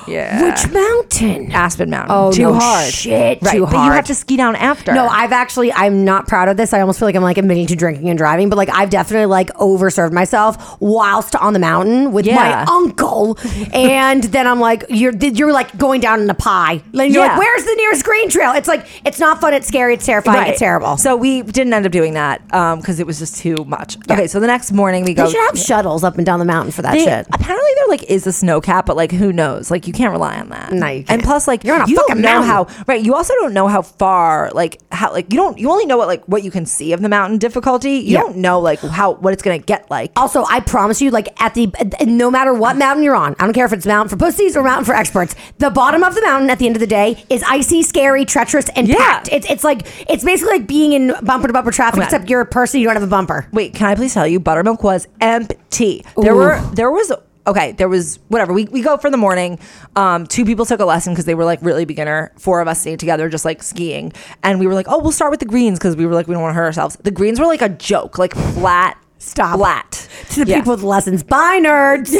[SPEAKER 3] yeah.
[SPEAKER 2] Which mountain?
[SPEAKER 3] Aspen Mountain.
[SPEAKER 2] Oh,
[SPEAKER 3] too
[SPEAKER 2] no
[SPEAKER 3] hard.
[SPEAKER 2] shit,
[SPEAKER 3] Right.
[SPEAKER 2] too
[SPEAKER 3] But you
[SPEAKER 2] hard.
[SPEAKER 3] have to ski down after.
[SPEAKER 2] No, I've actually I'm not proud of this. I almost feel like I'm like admitting to drinking and driving, but like I've definitely like overserved myself whilst on the mountain with
[SPEAKER 3] Yeah.
[SPEAKER 2] my uncle, and then I'm like you're you're like going down in a pie. Then you're
[SPEAKER 3] Yeah.
[SPEAKER 2] like, where's the nearest green trail? It's like it's not fun. It's scary. It's terrifying.
[SPEAKER 3] Right.
[SPEAKER 2] It's terrible.
[SPEAKER 3] So we didn't end up doing that because it was just too much. Okay, so the next morning we go.
[SPEAKER 2] They should have shuttles up and down the mountain for that
[SPEAKER 3] They-
[SPEAKER 2] shit.
[SPEAKER 3] Apparently there like is a snow cap, but like who knows? Like you can't rely on that.
[SPEAKER 2] No, you
[SPEAKER 3] And
[SPEAKER 2] can't.
[SPEAKER 3] plus, like
[SPEAKER 2] You're on a
[SPEAKER 3] you don't
[SPEAKER 2] fucking
[SPEAKER 3] know
[SPEAKER 2] mountain.
[SPEAKER 3] how right. You also don't know how far like how like you don't you only know what like what you can see of the mountain difficulty. You
[SPEAKER 2] Yeah.
[SPEAKER 3] don't know like how what it's gonna get like.
[SPEAKER 2] Also, I promise you, like at the uh, no matter what mountain you're on, I don't care if it's mountain for pussies or mountain for experts. The bottom of the mountain at the end of the day is icy, scary, treacherous, and
[SPEAKER 3] Yeah.
[SPEAKER 2] packed. It's it's like it's basically like being in bumper to bumper traffic,
[SPEAKER 3] Okay.
[SPEAKER 2] except you're a person you don't have a bumper.
[SPEAKER 3] Wait, can I please tell you buttermilk was empty. There
[SPEAKER 2] Ooh.
[SPEAKER 3] were there was okay, there was whatever. We we go for the morning. Um two people took a lesson cuz they were like really beginner. Four of us stayed together just like skiing and we were like, "Oh, we'll start with the greens cuz we were like we don't want to hurt ourselves." The greens were like a joke, like flat
[SPEAKER 2] Stop.
[SPEAKER 3] flat
[SPEAKER 2] To the
[SPEAKER 3] Yeah.
[SPEAKER 2] people with lessons, bye nerds.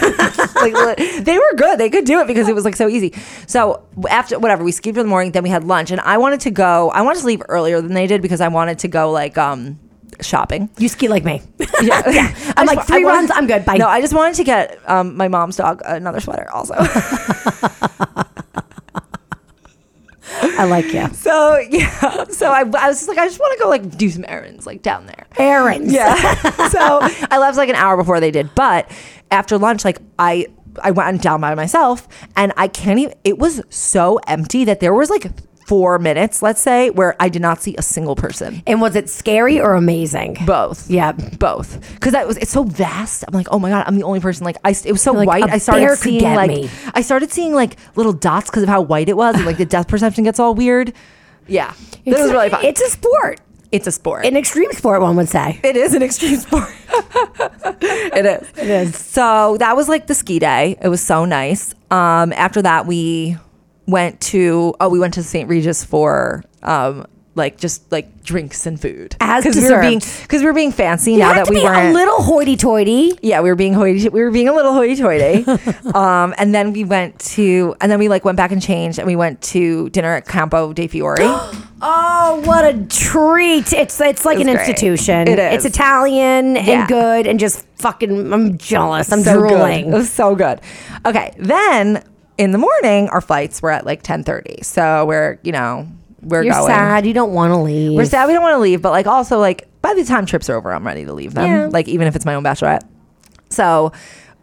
[SPEAKER 3] like li- they were good. They could do it because it was like so easy. So after whatever, we skied for the morning. Then we had lunch, and I wanted to go. I wanted to leave earlier than they did because I wanted to go like um shopping.
[SPEAKER 2] You ski like me.
[SPEAKER 3] yeah.
[SPEAKER 2] I'm
[SPEAKER 3] I
[SPEAKER 2] like
[SPEAKER 3] just-
[SPEAKER 2] three
[SPEAKER 3] I wanted-
[SPEAKER 2] runs, I'm good. Bye.
[SPEAKER 3] No, I just wanted to get um, my mom's dog another sweater also.
[SPEAKER 2] I, I like you.
[SPEAKER 3] So yeah, so I, I was just like, I just want to go like do some errands like down there.
[SPEAKER 2] Errands.
[SPEAKER 3] Yeah. so I left like an hour before they did, but after lunch, like I I went down by myself, and I can't even. It was so empty that there was like four minutes, let's say, where I did not see a single person.
[SPEAKER 2] And was it scary or amazing?
[SPEAKER 3] Both.
[SPEAKER 2] Yeah.
[SPEAKER 3] Both, because that was it's so vast. I'm like, oh my god, I'm the only person. Like, I it was so
[SPEAKER 2] Like,
[SPEAKER 3] white.
[SPEAKER 2] a
[SPEAKER 3] I started
[SPEAKER 2] bear could
[SPEAKER 3] seeing
[SPEAKER 2] get
[SPEAKER 3] like
[SPEAKER 2] me.
[SPEAKER 3] I started seeing like little dots because of how white it was, and like the depth perception gets all weird. Yeah, this was really fun.
[SPEAKER 2] It's a sport,
[SPEAKER 3] it's a sport.
[SPEAKER 2] an extreme sport, one would say.
[SPEAKER 3] It is an extreme sport. it is. It is. So that was like the ski day. It was so nice. Um, after that, we went to oh, we went to St. Regis for um, like just like drinks and food
[SPEAKER 2] As
[SPEAKER 3] we were
[SPEAKER 2] deserved.
[SPEAKER 3] being because we were being fancy
[SPEAKER 2] You
[SPEAKER 3] now
[SPEAKER 2] have
[SPEAKER 3] that
[SPEAKER 2] to
[SPEAKER 3] we
[SPEAKER 2] be
[SPEAKER 3] weren't
[SPEAKER 2] a little hoity-toity.
[SPEAKER 3] yeah, we were being hoity. We were being a little hoity-toity. um, and then we went to, and then we like went back and changed, and we went to dinner at Campo de Fiore.
[SPEAKER 2] Oh, what a treat! It's it's like
[SPEAKER 3] It was
[SPEAKER 2] an
[SPEAKER 3] great.
[SPEAKER 2] institution.
[SPEAKER 3] It is.
[SPEAKER 2] It's Italian
[SPEAKER 3] Yeah.
[SPEAKER 2] and good and just fucking. I'm jealous. I'm
[SPEAKER 3] so
[SPEAKER 2] drooling.
[SPEAKER 3] Good. It was so good. Okay, then in the morning, our flights were at like ten thirty. So we're you know we're
[SPEAKER 2] You're
[SPEAKER 3] going.
[SPEAKER 2] sad. You don't want to leave.
[SPEAKER 3] We're sad. We don't want to leave, but like also like by the time trips are over, I'm ready to leave them.
[SPEAKER 2] Yeah.
[SPEAKER 3] Like even if it's my own bachelorette. So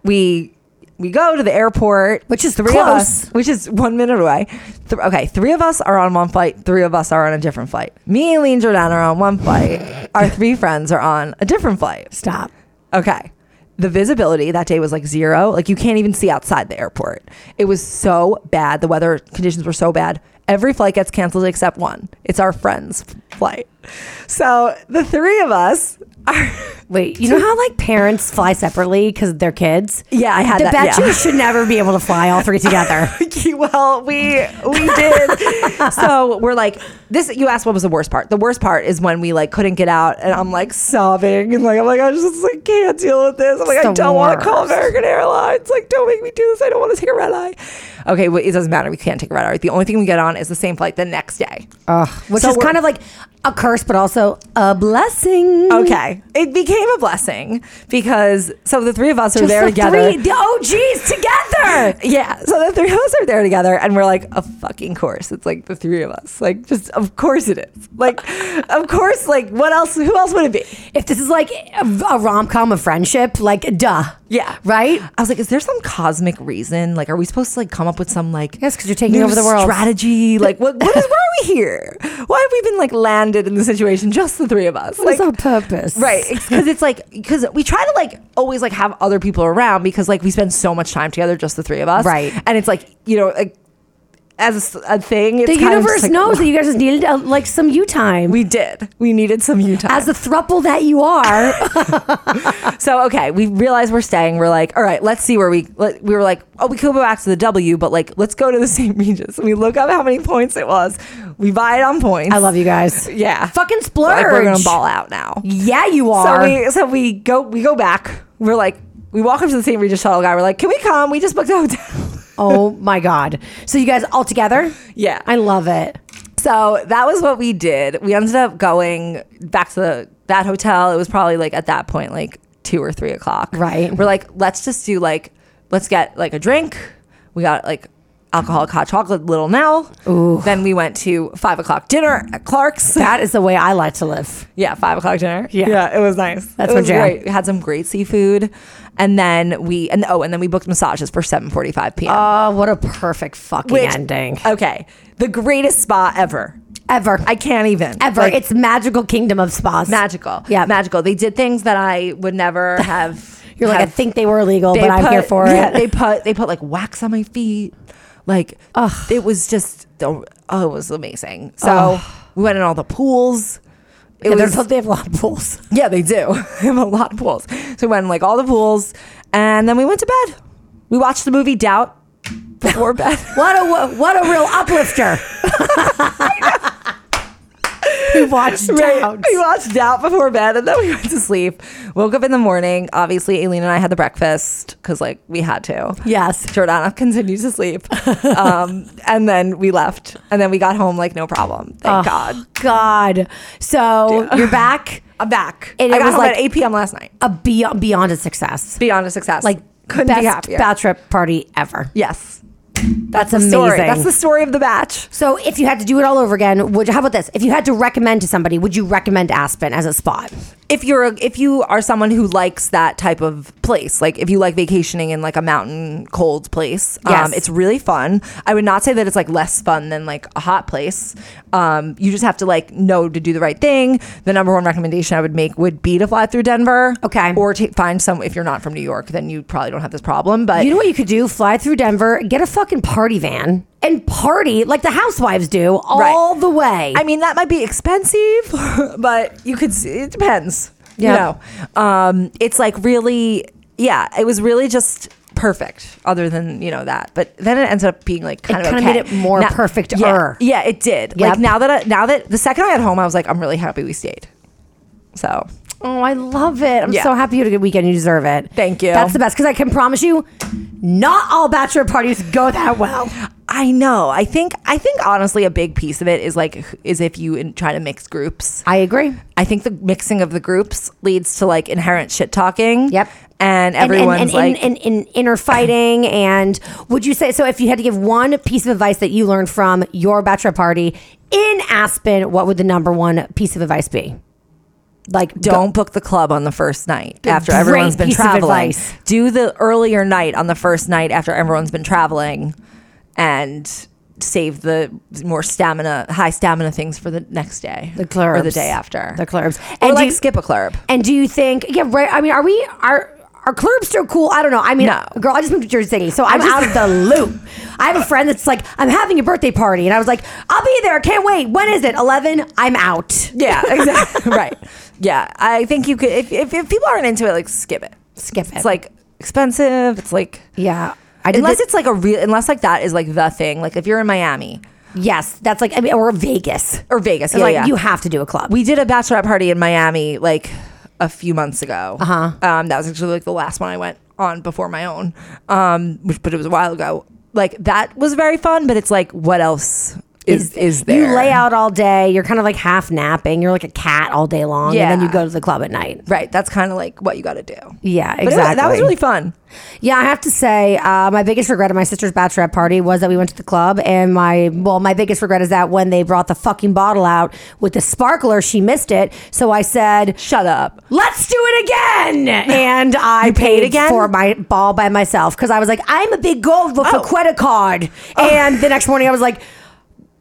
[SPEAKER 3] we we go to the airport,
[SPEAKER 2] Which is
[SPEAKER 3] three of
[SPEAKER 2] close.
[SPEAKER 3] us, which is one minute away. Th- okay, three of us are on one flight. Three of us are on a different flight. Me, Lee, and Jordan are on one flight. our three friends are on a different flight.
[SPEAKER 2] Stop.
[SPEAKER 3] Okay. The visibility that day was like zero. Like you can't even see outside the airport. It was so bad. The weather conditions were so bad. Every flight gets canceled except one. It's our friend's flight. So the three of us are.
[SPEAKER 2] Wait. You know how like parents fly separately because their kids.
[SPEAKER 3] Yeah, I had
[SPEAKER 2] The
[SPEAKER 3] that.
[SPEAKER 2] bachelor
[SPEAKER 3] yeah.
[SPEAKER 2] should never be able to fly all three together.
[SPEAKER 3] well, we we did. so we're like, this. You asked what was the worst part. The worst part is when we like couldn't get out, and I'm like sobbing and like I'm like I just like can't deal with this. I'm like
[SPEAKER 2] It's
[SPEAKER 3] I
[SPEAKER 2] the
[SPEAKER 3] don't want to call
[SPEAKER 2] worst.
[SPEAKER 3] American Airlines. Like don't make me do this. I don't want to take a red eye. Okay, well, it doesn't matter. We can't take a red eye. The only thing we get on is the same flight the next day.
[SPEAKER 2] which
[SPEAKER 3] So
[SPEAKER 2] is
[SPEAKER 3] we're-
[SPEAKER 2] kind of like a curse, but also a blessing.
[SPEAKER 3] Okay, it became a blessing because so the three of us are
[SPEAKER 2] Just
[SPEAKER 3] there
[SPEAKER 2] the
[SPEAKER 3] together.
[SPEAKER 2] Three, the OGs together.
[SPEAKER 3] Yeah, so the three of us are there together, and we're like, a fucking course. It's like the three of us, like just of course it is. Like, of course, like what else? Who else would it be?
[SPEAKER 2] If this is like a, a rom com of friendship, like duh.
[SPEAKER 3] Yeah,
[SPEAKER 2] Right?
[SPEAKER 3] I was like, is there some cosmic reason? Like, are we supposed to like come up with some like
[SPEAKER 2] Yes, 'cause you're taking
[SPEAKER 3] new
[SPEAKER 2] over the world.
[SPEAKER 3] strategy? Like, what? What is? Why are we here? Why have we been like landed in the situation? Just the three of us.
[SPEAKER 2] What is
[SPEAKER 3] Like,
[SPEAKER 2] our purpose?
[SPEAKER 3] Right, because it's like because we try to like always like have other people around because like we spend so much time together, just the three of us.
[SPEAKER 2] Right.
[SPEAKER 3] and it's like you know like as a s- a, thing, it's
[SPEAKER 2] The
[SPEAKER 3] kind of
[SPEAKER 2] universe
[SPEAKER 3] just like,
[SPEAKER 2] knows that you guys just needed uh, like some you time.
[SPEAKER 3] We did. We needed some Utah.
[SPEAKER 2] as the thruple that you are,
[SPEAKER 3] so okay, we realized we're staying. We're like, all right, let's see where we. Let, we were like, oh, we could go back to the W, but like, let's go to the St. Regis. We look up how many points it was. We buy it on points.
[SPEAKER 2] I love you guys.
[SPEAKER 3] Yeah,
[SPEAKER 2] Fucking
[SPEAKER 3] Like,
[SPEAKER 2] splurge.
[SPEAKER 3] we're gonna ball out now.
[SPEAKER 2] Yeah, you are.
[SPEAKER 3] So we so we go we go back. We're like we walk up to the St. Regis shuttle guy. We're like, can we come? We just booked a hotel.
[SPEAKER 2] oh my god. So you guys all together?
[SPEAKER 3] Yeah.
[SPEAKER 2] I love it.
[SPEAKER 3] So that was what we did. We ended up going back to the, that hotel. It was probably like at that point like two or three o'clock.
[SPEAKER 2] Right.
[SPEAKER 3] We're like, let's just do like let's get like a drink. We got like alcoholic hot chocolate, Little Nell. Ooh. Then we went to five o'clock dinner at Clark's.
[SPEAKER 2] That is the way I like to live.
[SPEAKER 3] Yeah, five o'clock dinner.
[SPEAKER 2] Yeah.
[SPEAKER 3] it was nice.
[SPEAKER 2] That's
[SPEAKER 3] it
[SPEAKER 2] my
[SPEAKER 3] was
[SPEAKER 2] jam.
[SPEAKER 3] great. We had some great seafood, and then we and oh, and then we booked massages for seven forty-five p.m.
[SPEAKER 2] Oh, what a perfect fucking
[SPEAKER 3] Which-
[SPEAKER 2] ending.
[SPEAKER 3] Okay, the greatest spa ever.
[SPEAKER 2] Ever.
[SPEAKER 3] I can't even
[SPEAKER 2] Ever.
[SPEAKER 3] Like,
[SPEAKER 2] it's magical kingdom of spas.
[SPEAKER 3] magical.
[SPEAKER 2] Yeah.
[SPEAKER 3] magical. They did things that I would never have.
[SPEAKER 2] You're like, I
[SPEAKER 3] have-
[SPEAKER 2] think they were illegal, Oh, but I'm
[SPEAKER 3] put-
[SPEAKER 2] here for
[SPEAKER 3] yeah,
[SPEAKER 2] it.
[SPEAKER 3] They put they put like wax on my feet. Like it was just oh, oh, it was amazing. So we went in all the pools. It
[SPEAKER 2] Yeah, they're
[SPEAKER 3] was
[SPEAKER 2] told they have a lot of pools.
[SPEAKER 3] Yeah, they do. they have a lot of pools. So we went in like all the pools and then we went to bed. We watched the movie Doubt before bed.
[SPEAKER 2] What a what a real uplifter. we watched
[SPEAKER 3] Right.
[SPEAKER 2] Doubt.
[SPEAKER 3] We watched Doubt before bed and then we went to sleep. Woke up in the morning. Obviously, Aileen and I had the breakfast because like we had to.
[SPEAKER 2] Yes.
[SPEAKER 3] Jordana continued to sleep. um, and then we left. And then we got home like no problem. Thank God.
[SPEAKER 2] God. So you're back
[SPEAKER 3] I'm back.
[SPEAKER 2] And
[SPEAKER 3] I
[SPEAKER 2] it
[SPEAKER 3] got
[SPEAKER 2] was,
[SPEAKER 3] home
[SPEAKER 2] like-
[SPEAKER 3] at 8 p.m. last night.
[SPEAKER 2] a beyond, beyond a success.
[SPEAKER 3] Beyond a success.
[SPEAKER 2] Like
[SPEAKER 3] couldn't
[SPEAKER 2] best
[SPEAKER 3] be happier.
[SPEAKER 2] bad trip party ever.
[SPEAKER 3] yes.
[SPEAKER 2] That's,
[SPEAKER 3] the
[SPEAKER 2] amazing.
[SPEAKER 3] story. That's the story of the batch.
[SPEAKER 2] so if you had to do it all over again, would how about this? If you had to recommend to somebody, would you recommend Aspen as a spot?
[SPEAKER 3] If you're a, if you are someone who likes that type of place, like if you like vacationing in like a mountain cold place,
[SPEAKER 2] Yes.
[SPEAKER 3] um, it's really fun. I would not say that it's like less fun than like a hot place. Um, you just have to like know to do the right thing. The number one recommendation I would make would be to fly through Denver.
[SPEAKER 2] Okay.
[SPEAKER 3] Or ta find some if you're not from New York, then you probably don't have this problem. But
[SPEAKER 2] You know what you could do? Fly through Denver, get a fucking party van, and party like the housewives do all the way.
[SPEAKER 3] I mean, that might be expensive, but you could. See, it depends.
[SPEAKER 2] Yeah.
[SPEAKER 3] You know, um, it's like really. Yeah, it was really just perfect. Other than you know that, but then it ended up being like kind
[SPEAKER 2] It
[SPEAKER 3] of
[SPEAKER 2] kinda made
[SPEAKER 3] okay.
[SPEAKER 2] it more
[SPEAKER 3] Now-
[SPEAKER 2] perfect-er.
[SPEAKER 3] Yeah, yeah, it did.
[SPEAKER 2] Yep.
[SPEAKER 3] Like now that I, now that the second I got home, I was like, I'm really happy we stayed. So
[SPEAKER 2] oh, I love it. I'm
[SPEAKER 3] Yeah.
[SPEAKER 2] so happy you had a good weekend. You deserve it.
[SPEAKER 3] Thank you.
[SPEAKER 2] That's the best because I can promise you, not all bachelor parties go that well.
[SPEAKER 3] I know. I think. I think honestly, a big piece of it is like is if you in, try to mix groups.
[SPEAKER 2] I agree.
[SPEAKER 3] I think the mixing of the groups leads to like inherent shit talking.
[SPEAKER 2] Yep. And-
[SPEAKER 3] And
[SPEAKER 2] and-
[SPEAKER 3] everyone's
[SPEAKER 2] and,
[SPEAKER 3] like,
[SPEAKER 2] in, in, in inner fighting and would you say so if you had to give one piece of advice that you learned from your bachelor party in aspen what would the number one piece of advice be like go-
[SPEAKER 3] don't book the club on the first night after
[SPEAKER 2] Great
[SPEAKER 3] everyone's been
[SPEAKER 2] piece of
[SPEAKER 3] traveling.
[SPEAKER 2] advice.
[SPEAKER 3] Do the earlier night on the first night after everyone's been traveling and save the more stamina, high stamina things for the next day.
[SPEAKER 2] the clubs
[SPEAKER 3] Or the day after.
[SPEAKER 2] the clubs
[SPEAKER 3] Or
[SPEAKER 2] do
[SPEAKER 3] like
[SPEAKER 2] you-
[SPEAKER 3] skip a club.
[SPEAKER 2] And do you think? Yeah, right. I mean, are we are are clubs still cool? I don't know. I mean,
[SPEAKER 3] No.
[SPEAKER 2] girl, I just moved to Jersey City, so I'm out of the loop. I have a friend that's like, I'm having a birthday party, and I was like, I'll be there. Can't wait. When is it? Eleven. I'm out.
[SPEAKER 3] Yeah, exactly. right. Yeah. I think you could, if, if, if people aren't into it, like skip it.
[SPEAKER 2] Skip it.
[SPEAKER 3] It's like expensive. It's like,
[SPEAKER 2] yeah, I did.
[SPEAKER 3] unless
[SPEAKER 2] the-
[SPEAKER 3] it's like a real, unless like that is like the thing. Like if you're in Miami
[SPEAKER 2] yes, that's like I mean, or Vegas.
[SPEAKER 3] or Vegas,
[SPEAKER 2] It's
[SPEAKER 3] yeah,
[SPEAKER 2] like
[SPEAKER 3] yeah.
[SPEAKER 2] you have to do a club.
[SPEAKER 3] we did a bachelorette party in Miami like a few months ago.
[SPEAKER 2] Uh-huh.
[SPEAKER 3] Uh huh. Um, that was actually like the last one I went on before my own, um, which but it was a while ago. Like that was very fun, but it's like what else is is, there?
[SPEAKER 2] You lay out all day. You're kind of like half napping. You're like a cat all day long, and then
[SPEAKER 3] Yeah.
[SPEAKER 2] you go to the club at night.
[SPEAKER 3] right. That's kind of like what you got to do.
[SPEAKER 2] Yeah,
[SPEAKER 3] But it was- that was
[SPEAKER 2] exactly.
[SPEAKER 3] really fun.
[SPEAKER 2] Yeah, I have to say, uh, my biggest regret at my sister's bachelorette party was that we went to the club, and my well, my biggest regret is that when they brought the fucking bottle out with the sparkler, she missed it. So I said,
[SPEAKER 3] Shut up.
[SPEAKER 2] "Let's do it again," and I paid,
[SPEAKER 3] paid again?
[SPEAKER 2] for my ball by myself because I was like, "I'm a big girl with a
[SPEAKER 3] Oh.
[SPEAKER 2] credit card," and the next morning I was like.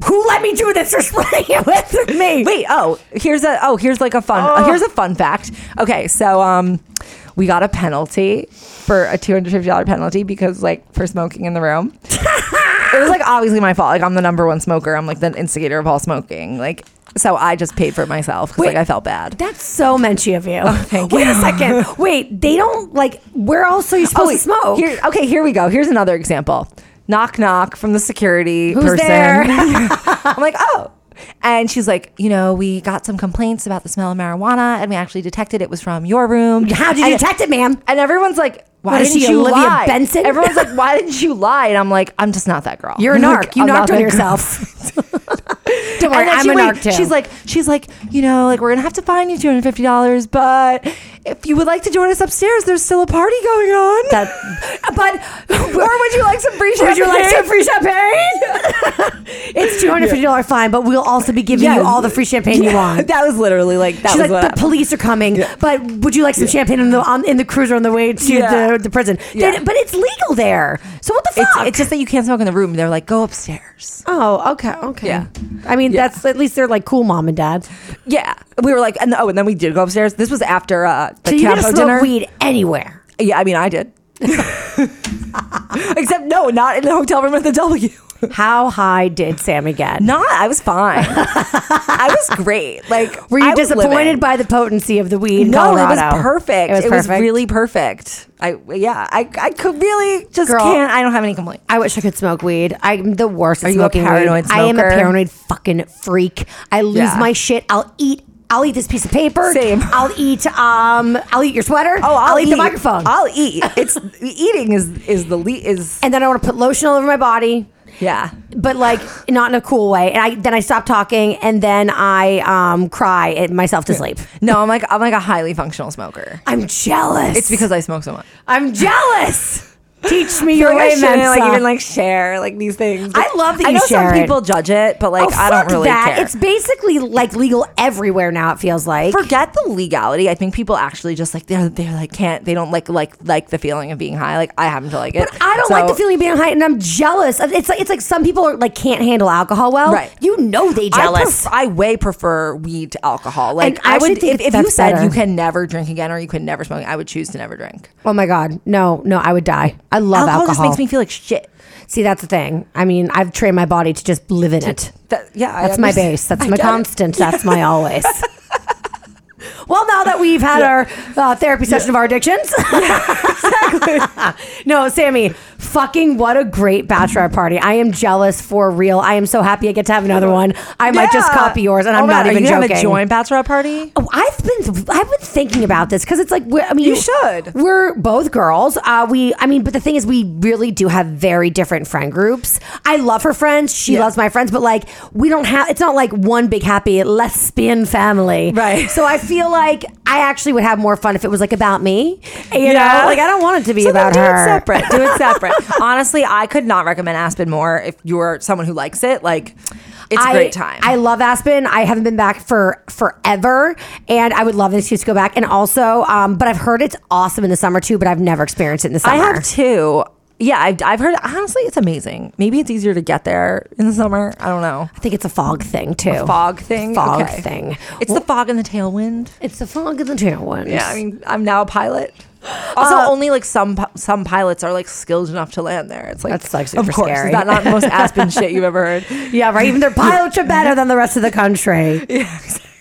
[SPEAKER 2] Who let me do this? You're splitting it with me.
[SPEAKER 3] Wait, oh, here's a oh, here's like a fun here's a fun fact. Okay, so um we got a penalty for a $250 penalty because like for smoking in the room. it was like obviously my fault. Like I'm the number one smoker. I'm like the instigator of all smoking. Like so I just paid for it myself cuz like I felt bad.
[SPEAKER 2] That's so menschy of
[SPEAKER 3] Oh,
[SPEAKER 2] you. Wait a second. Wait, they don't like. Where else are you supposed to
[SPEAKER 3] Oh, wait,
[SPEAKER 2] smoke?
[SPEAKER 3] Here, okay, here we go. Here's another example. Knock knock from the security
[SPEAKER 2] Who's
[SPEAKER 3] person.
[SPEAKER 2] there?
[SPEAKER 3] I'm like, oh. And she's like, you know, we got some complaints about the smell of marijuana, and we actually detected it was from your room.
[SPEAKER 2] How did you
[SPEAKER 3] And-
[SPEAKER 2] detect it, ma'am?
[SPEAKER 3] And everyone's like, why
[SPEAKER 2] What is
[SPEAKER 3] didn't
[SPEAKER 2] she,
[SPEAKER 3] you
[SPEAKER 2] Olivia
[SPEAKER 3] lie?
[SPEAKER 2] Benson?
[SPEAKER 3] Everyone's like, why didn't you lie? And I'm like, I'm just not that girl.
[SPEAKER 2] You're a narc.
[SPEAKER 3] Like,
[SPEAKER 2] you
[SPEAKER 3] I'm not
[SPEAKER 2] knocked on
[SPEAKER 3] that
[SPEAKER 2] yourself. Don't
[SPEAKER 3] girl.
[SPEAKER 2] worry,
[SPEAKER 3] And then
[SPEAKER 2] I'm
[SPEAKER 3] she-
[SPEAKER 2] a
[SPEAKER 3] wait,
[SPEAKER 2] narc too.
[SPEAKER 3] She's like, she's like, you know, like we're gonna have to fine you two hundred fifty dollars, but if you would like to join us upstairs, there's still a party going on.
[SPEAKER 2] That- but
[SPEAKER 3] or would you like some free
[SPEAKER 2] would you like
[SPEAKER 3] champagne?
[SPEAKER 2] some free champagne? it's two hundred fifty dollar fine, but we'll also be giving you
[SPEAKER 3] Yes.
[SPEAKER 2] all the free champagne you want.
[SPEAKER 3] That was literally like that
[SPEAKER 2] She's
[SPEAKER 3] was
[SPEAKER 2] like, the
[SPEAKER 3] what
[SPEAKER 2] police are coming, but would you like some champagne in the on, in the cruiser on the way to
[SPEAKER 3] Yeah.
[SPEAKER 2] the, the prison?
[SPEAKER 3] Yeah.
[SPEAKER 2] Then- but it's legal there, so what the
[SPEAKER 3] it's,
[SPEAKER 2] fuck?
[SPEAKER 3] it's just that you can't smoke in the room. They're like, go upstairs.
[SPEAKER 2] oh, okay, okay.
[SPEAKER 3] Yeah.
[SPEAKER 2] I mean, that's at least they're like cool mom and dad.
[SPEAKER 3] Yeah, we were like, and oh, and then we did go upstairs. This was after uh, the
[SPEAKER 2] So you can
[SPEAKER 3] Campo
[SPEAKER 2] smoke
[SPEAKER 3] dinner.
[SPEAKER 2] weed anywhere.
[SPEAKER 3] Yeah, I mean, I did. Except no, not in the hotel room at the W.
[SPEAKER 2] How high did Sammy get?
[SPEAKER 3] Not, I was fine. I was great. Like,
[SPEAKER 2] Were you
[SPEAKER 3] I was
[SPEAKER 2] disappointed
[SPEAKER 3] living.
[SPEAKER 2] by the potency of the weed? In
[SPEAKER 3] no,
[SPEAKER 2] Colorado?
[SPEAKER 3] it was perfect. It was,
[SPEAKER 2] perfect?
[SPEAKER 3] really perfect. I yeah, I I could really just
[SPEAKER 2] Girl.
[SPEAKER 3] can't. I don't have any complaints.
[SPEAKER 2] I wish I could smoke weed. I'm the worst. At
[SPEAKER 3] Are you a
[SPEAKER 2] smoking
[SPEAKER 3] paranoid
[SPEAKER 2] weed. I am a
[SPEAKER 3] smoker?
[SPEAKER 2] paranoid fucking freak. I lose
[SPEAKER 3] Yeah.
[SPEAKER 2] my shit. I'll eat. I'll eat this piece of paper.
[SPEAKER 3] Same.
[SPEAKER 2] I'll eat. Um. I'll eat your sweater.
[SPEAKER 3] Oh, I'll,
[SPEAKER 2] eat, the microphone.
[SPEAKER 3] I'll eat. It's eating is is the le- is
[SPEAKER 2] and then I want to put lotion all over my body.
[SPEAKER 3] yeah.
[SPEAKER 2] but like not in a cool way. And I then I stop talking, and then I um cry at myself to sleep.
[SPEAKER 3] No, I'm like I'm like a highly functional smoker.
[SPEAKER 2] I'm jealous.
[SPEAKER 3] It's because I smoke so much.
[SPEAKER 2] I'm jealous. Teach me
[SPEAKER 3] You're
[SPEAKER 2] your way,
[SPEAKER 3] like,
[SPEAKER 2] Mensa.
[SPEAKER 3] like even like share like these things.
[SPEAKER 2] I love that
[SPEAKER 3] I
[SPEAKER 2] you
[SPEAKER 3] know
[SPEAKER 2] share
[SPEAKER 3] some
[SPEAKER 2] it.
[SPEAKER 3] people judge it, but like
[SPEAKER 2] oh,
[SPEAKER 3] I don't
[SPEAKER 2] fuck
[SPEAKER 3] really
[SPEAKER 2] that.
[SPEAKER 3] care.
[SPEAKER 2] It's basically like legal everywhere now. It feels like.
[SPEAKER 3] forget the legality. I think people actually just like they're they're like can't they don't like like like the feeling of being high. Like I happen to like it.
[SPEAKER 2] I don't like
[SPEAKER 3] So-
[SPEAKER 2] the feeling of being high, and I'm jealous. of- It's like it's like some people are, like can't handle alcohol well.
[SPEAKER 3] Right.
[SPEAKER 2] You know they
[SPEAKER 3] I
[SPEAKER 2] jealous.
[SPEAKER 3] pref- I, way prefer weed to alcohol. Like
[SPEAKER 2] And I
[SPEAKER 3] I,
[SPEAKER 2] actually
[SPEAKER 3] would,
[SPEAKER 2] think
[SPEAKER 3] if, if you
[SPEAKER 2] that's
[SPEAKER 3] said
[SPEAKER 2] better.
[SPEAKER 3] you can never drink again or you can never smoke, I would choose to never drink.
[SPEAKER 2] oh my god, no, no, I would die. I love alcohol.
[SPEAKER 3] just makes me feel like shit.
[SPEAKER 2] See, that's the thing. I mean, I've trained my body to just live in it.
[SPEAKER 3] That, yeah, I
[SPEAKER 2] That's my
[SPEAKER 3] understand.
[SPEAKER 2] base. That's
[SPEAKER 3] I
[SPEAKER 2] my
[SPEAKER 3] get it.
[SPEAKER 2] constant. That's my always. Well, now that we've had our uh, therapy session of our addictions, no, Sammy, fucking what a great
[SPEAKER 3] Mm.
[SPEAKER 2] bachelor party! I am jealous for real. I am so happy I get to have another one. I might just
[SPEAKER 3] Yeah.
[SPEAKER 2] copy yours, and
[SPEAKER 3] Oh
[SPEAKER 2] I'm
[SPEAKER 3] my
[SPEAKER 2] not
[SPEAKER 3] God,
[SPEAKER 2] even
[SPEAKER 3] are you
[SPEAKER 2] joking.
[SPEAKER 3] Gonna join bachelorette party?
[SPEAKER 2] Oh, I've been I've been thinking about this because it's like we're- I mean
[SPEAKER 3] You should.
[SPEAKER 2] we're both girls uh, we I mean but the thing is we really do have very different friend groups I love her friends she
[SPEAKER 3] Yeah.
[SPEAKER 2] loves my friends but like we don't have it's not like one big happy lesbian family
[SPEAKER 3] Right.
[SPEAKER 2] so I feel like I actually would have more fun if it was like about me you
[SPEAKER 3] Yeah.
[SPEAKER 2] know like I don't want it to be
[SPEAKER 3] So then
[SPEAKER 2] about
[SPEAKER 3] do
[SPEAKER 2] her
[SPEAKER 3] it separate. Do it separate. Honestly, I could not recommend Aspen more if you're someone who likes it. Like, it's a
[SPEAKER 2] I,
[SPEAKER 3] great time.
[SPEAKER 2] I love Aspen. I haven't been back for forever, and I would love an excuse to go back. And also, um, but I've heard it's awesome in the summer too. But I've never experienced it in the summer.
[SPEAKER 3] I have two. Yeah, I've, I've heard. Honestly, it's amazing. Maybe it's easier to get there in the summer. I don't know.
[SPEAKER 2] I think it's a fog thing too.
[SPEAKER 3] Fog thing.
[SPEAKER 2] Fog
[SPEAKER 3] Okay.
[SPEAKER 2] thing.
[SPEAKER 3] It's the fog and the tailwind.
[SPEAKER 2] It's the fog of the tailwind.
[SPEAKER 3] Yeah, I mean, I'm now a pilot. Also,
[SPEAKER 2] Uh,
[SPEAKER 3] only like some pi- some pilots are like skilled enough to land there. It's like
[SPEAKER 2] That's, like,
[SPEAKER 3] of
[SPEAKER 2] super
[SPEAKER 3] course,
[SPEAKER 2] scary.
[SPEAKER 3] Is that not the most Aspen shit you've ever heard?
[SPEAKER 2] yeah, right. Even their pilots are better than the rest of the country.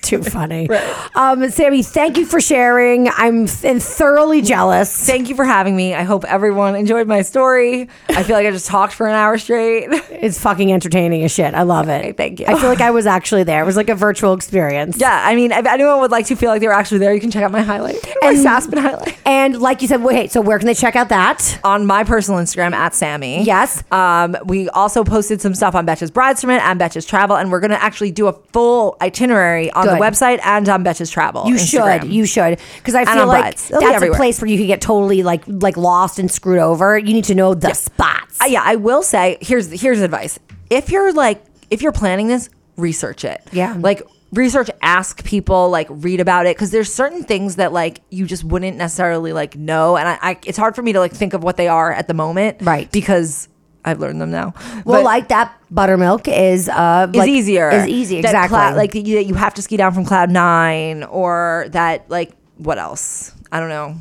[SPEAKER 2] Too funny. Um, Sammy, thank you for sharing. I'm f- and thoroughly jealous.
[SPEAKER 3] Thank you for having me. I hope everyone enjoyed my story. I feel like I just talked for an hour straight.
[SPEAKER 2] It's fucking entertaining as shit. I love it.
[SPEAKER 3] thank you.
[SPEAKER 2] I feel like I was actually there. It was like a virtual experience.
[SPEAKER 3] Yeah, I mean, if anyone would like to feel like they were actually there, you can check out my highlight, my
[SPEAKER 2] And-
[SPEAKER 3] Aspen highlight,
[SPEAKER 2] And like you said, wait, so where can they check out that?
[SPEAKER 3] on my personal Instagram at Sammy.
[SPEAKER 2] Yes.
[SPEAKER 3] Um, we also posted some stuff on Betches Brides from it and Betches Travel, and we're gonna actually do a full itinerary on
[SPEAKER 2] Good.
[SPEAKER 3] the website and on Betches Travel.
[SPEAKER 2] You
[SPEAKER 3] Instagram.
[SPEAKER 2] should. You should. Because I feel
[SPEAKER 3] on
[SPEAKER 2] like
[SPEAKER 3] Brides. It'll be
[SPEAKER 2] that's a
[SPEAKER 3] everywhere.
[SPEAKER 2] place where you could get totally like like lost and screwed over. You need to know the spots.
[SPEAKER 3] Uh, yeah, I will say here's here's advice. If you're like if you're planning this, research it.
[SPEAKER 2] Yeah.
[SPEAKER 3] Like research, ask people, like read about it because there's certain things that like you just wouldn't necessarily like know, and I, I it's hard for me to like think of what they are at the moment,
[SPEAKER 2] Right.
[SPEAKER 3] Because I've learned them now.
[SPEAKER 2] well,
[SPEAKER 3] But
[SPEAKER 2] like that buttermilk is uh
[SPEAKER 3] it's
[SPEAKER 2] like,
[SPEAKER 3] easier.
[SPEAKER 2] Is easy
[SPEAKER 3] That
[SPEAKER 2] exactly.
[SPEAKER 3] cloud- like that you, that you have to ski down from cloud nine, or that like what else? I don't know.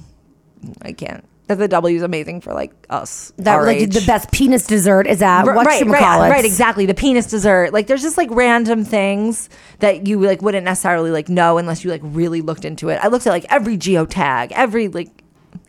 [SPEAKER 3] I can't. That the W is amazing for like us.
[SPEAKER 2] that.
[SPEAKER 3] our
[SPEAKER 2] Like
[SPEAKER 3] age.
[SPEAKER 2] the best penis dessert is at
[SPEAKER 3] R-
[SPEAKER 2] what
[SPEAKER 3] right,
[SPEAKER 2] you
[SPEAKER 3] right,
[SPEAKER 2] call it.
[SPEAKER 3] right, exactly. The penis dessert. Like there's just like random things that you like wouldn't necessarily like know unless you like really looked into it. I looked at like every geotag, every like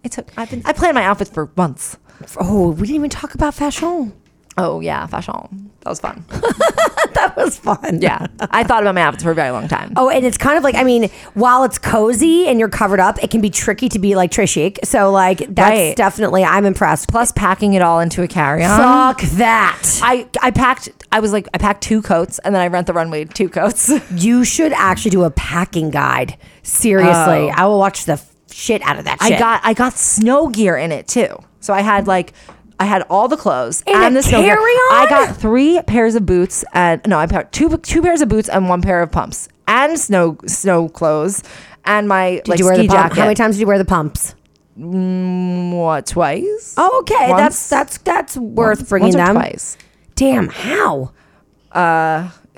[SPEAKER 3] it took I've been I planned my outfits for months.
[SPEAKER 2] Oh, we didn't even talk about fashion.
[SPEAKER 3] Oh yeah, fashion. That was fun.
[SPEAKER 2] That was fun.
[SPEAKER 3] Yeah. I thought about my outfits for a very long time.
[SPEAKER 2] Oh, and it's kind of like I mean, while it's cozy and you're covered up, it can be tricky to be like Trish chic. So like that's
[SPEAKER 3] Right.
[SPEAKER 2] definitely I'm impressed.
[SPEAKER 3] Plus packing it all into a carry-on.
[SPEAKER 2] Fuck that.
[SPEAKER 3] I, I packed I was like I packed two coats and then I rent the runway two coats.
[SPEAKER 2] You should actually do a packing guide. Seriously,
[SPEAKER 3] Oh.
[SPEAKER 2] I will watch the f- shit out of that. Shit.
[SPEAKER 3] I got I got snow gear in it too. So I had like I had all the clothes
[SPEAKER 2] And a
[SPEAKER 3] the snow gear.
[SPEAKER 2] carry-on?
[SPEAKER 3] I got three pairs of boots and no, I got two two pairs of boots and one pair of pumps and snow snow clothes and my
[SPEAKER 2] Did
[SPEAKER 3] like
[SPEAKER 2] you wear
[SPEAKER 3] ski
[SPEAKER 2] the pump?
[SPEAKER 3] jacket.
[SPEAKER 2] How many times did you wear the pumps?
[SPEAKER 3] What twice?
[SPEAKER 2] Oh, okay.
[SPEAKER 3] Once.
[SPEAKER 2] That's that's that's worth bringing
[SPEAKER 3] Once or
[SPEAKER 2] them.
[SPEAKER 3] twice.
[SPEAKER 2] Damn, how?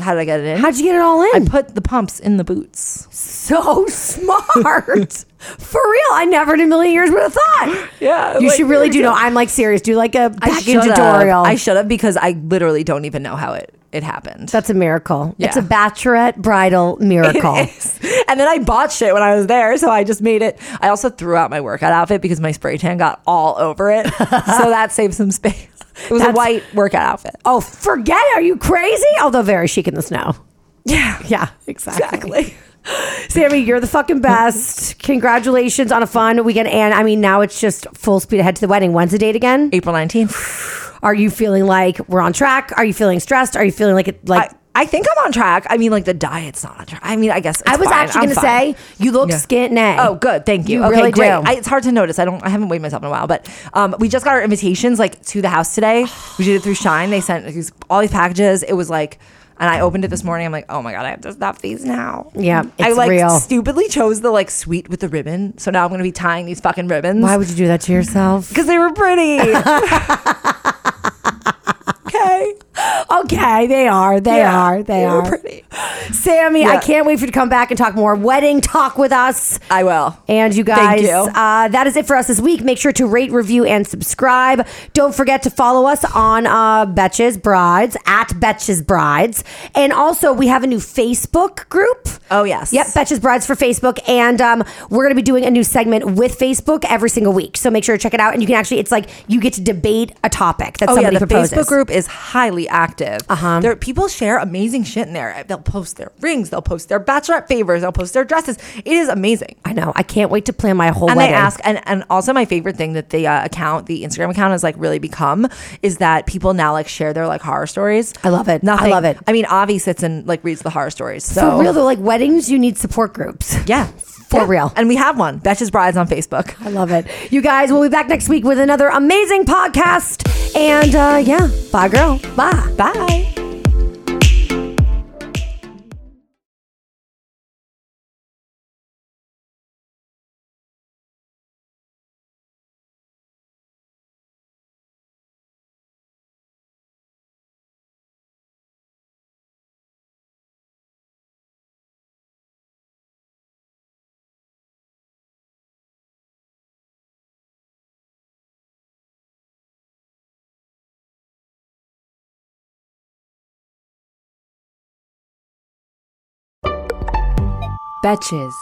[SPEAKER 3] How did I get it in?
[SPEAKER 2] How'd you get it all
[SPEAKER 3] I
[SPEAKER 2] in?
[SPEAKER 3] put the pumps in the boots.
[SPEAKER 2] so smart. For real, I never in a million years would have thought.
[SPEAKER 3] Yeah,
[SPEAKER 2] you
[SPEAKER 3] like,
[SPEAKER 2] should really
[SPEAKER 3] you're
[SPEAKER 2] do. No,
[SPEAKER 3] just-
[SPEAKER 2] I'm like serious. Do like a
[SPEAKER 3] I
[SPEAKER 2] packing
[SPEAKER 3] should've.
[SPEAKER 2] tutorial.
[SPEAKER 3] I should have because I literally don't even know how it it happened.
[SPEAKER 2] that's a miracle. It's a
[SPEAKER 3] Yeah.
[SPEAKER 2] bachelorette bridal miracle.
[SPEAKER 3] and then I bought shit when I was there, so I just made it. I also threw out my workout outfit because my spray tan got all over it, so that saved some space. It was
[SPEAKER 2] That's-
[SPEAKER 3] a white workout outfit.
[SPEAKER 2] oh, forget. it. Are you crazy? Although very chic in the snow.
[SPEAKER 3] Yeah,
[SPEAKER 2] Yeah, exactly.
[SPEAKER 3] exactly.
[SPEAKER 2] Sammy, you're the fucking best. Congratulations on a fun weekend. And I mean, now it's just full speed ahead to the wedding. When's the date again?
[SPEAKER 3] April nineteenth.
[SPEAKER 2] Are you feeling like we're on track? Are you feeling stressed? Are you feeling like it, like
[SPEAKER 3] I, I think I'm on track. I mean, like the diet's not on track. I mean, I guess it's
[SPEAKER 2] I was
[SPEAKER 3] fine.
[SPEAKER 2] actually
[SPEAKER 3] I'm
[SPEAKER 2] going to say
[SPEAKER 3] fine.
[SPEAKER 2] you look skin nay.
[SPEAKER 3] Oh, good. Thank you.
[SPEAKER 2] You
[SPEAKER 3] okay,
[SPEAKER 2] really
[SPEAKER 3] great.
[SPEAKER 2] do.
[SPEAKER 3] I, it's hard to notice. I don't. I haven't weighed myself in a while, but um, we just got our invitations like to the house today. We did it through Shine. They sent these, all these packages. It was like, and I opened it this morning. I'm like, oh my god, I have to stop these now.
[SPEAKER 2] Yeah,
[SPEAKER 3] I
[SPEAKER 2] it's
[SPEAKER 3] like
[SPEAKER 2] real.
[SPEAKER 3] stupidly chose the like sweet with the ribbon, so now I'm gonna be tying these fucking ribbons
[SPEAKER 2] Why would you do that to yourself?
[SPEAKER 3] because they were pretty. okay,
[SPEAKER 2] Okay, they are. They
[SPEAKER 3] Yeah,
[SPEAKER 2] are. They
[SPEAKER 3] were
[SPEAKER 2] are.
[SPEAKER 3] pretty.
[SPEAKER 2] Sammy, I
[SPEAKER 3] Yeah.
[SPEAKER 2] can't wait for you to come back and talk more wedding talk with us.
[SPEAKER 3] I will.
[SPEAKER 2] And you guys,
[SPEAKER 3] Thank you.
[SPEAKER 2] Uh, that is it for us this week. Make sure to rate, review, and subscribe. Don't forget to follow us on uh, Betches Brides at Betches Brides, and also we have a new Facebook group.
[SPEAKER 3] Oh, yes.
[SPEAKER 2] yep, Betches Brides for Facebook, and um, we're going to be doing a new segment with Facebook every single week. So make sure to check it out, and you can actually, it's like you get to debate a topic that somebody
[SPEAKER 3] Oh, the
[SPEAKER 2] proposes.
[SPEAKER 3] Facebook group is highly active. Uh-huh. There, people share amazing shit in there. They'll post their rings, they'll post their bachelorette favors, they'll post their dresses. It is amazing.
[SPEAKER 2] I know. I can't wait to plan my whole
[SPEAKER 3] And
[SPEAKER 2] wedding.
[SPEAKER 3] they ask, and, and also my favorite thing that the uh, account, the Instagram account, has like really become is that people now like share their like horror stories.
[SPEAKER 2] I love it. I
[SPEAKER 3] Nothing,
[SPEAKER 2] love it.
[SPEAKER 3] I mean, Avi sits and like reads the horror stories. So
[SPEAKER 2] For real though, like weddings, you need support groups.
[SPEAKER 3] yeah,
[SPEAKER 2] For
[SPEAKER 3] Yeah.
[SPEAKER 2] real.
[SPEAKER 3] And we have one, Betches Brides on Facebook.
[SPEAKER 2] I love it. You guys, we'll be back next week with another amazing podcast. And uh, yeah, bye, girl. Bye.
[SPEAKER 3] Bye.
[SPEAKER 5] Betches.